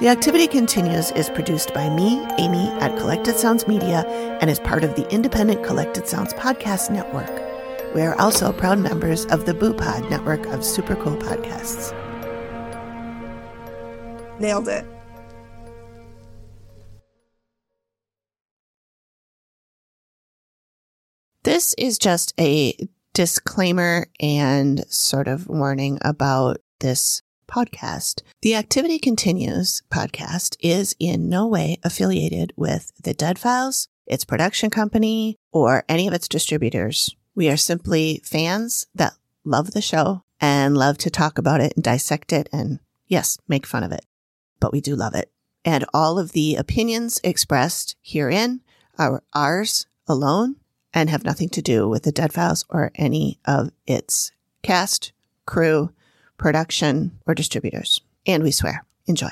Speaker 1: The Activity Continues is produced by me, Amy, at Collected Sounds Media and is part of the independent Collected Sounds Podcast Network. We are also proud members of the Boo Pod network of super cool podcasts.
Speaker 2: Nailed it.
Speaker 1: This is just a disclaimer and sort of warning about this podcast. The Activity Continues podcast is in no way affiliated with the Dead Files, its production company, or any of its distributors. We are simply fans that love the show and love to talk about it and dissect it and, yes, make fun of it. But we do love it. And all of the opinions expressed herein are ours alone and have nothing to do with the Dead Files or any of its cast, crew, production, or distributors. And we swear. Enjoy.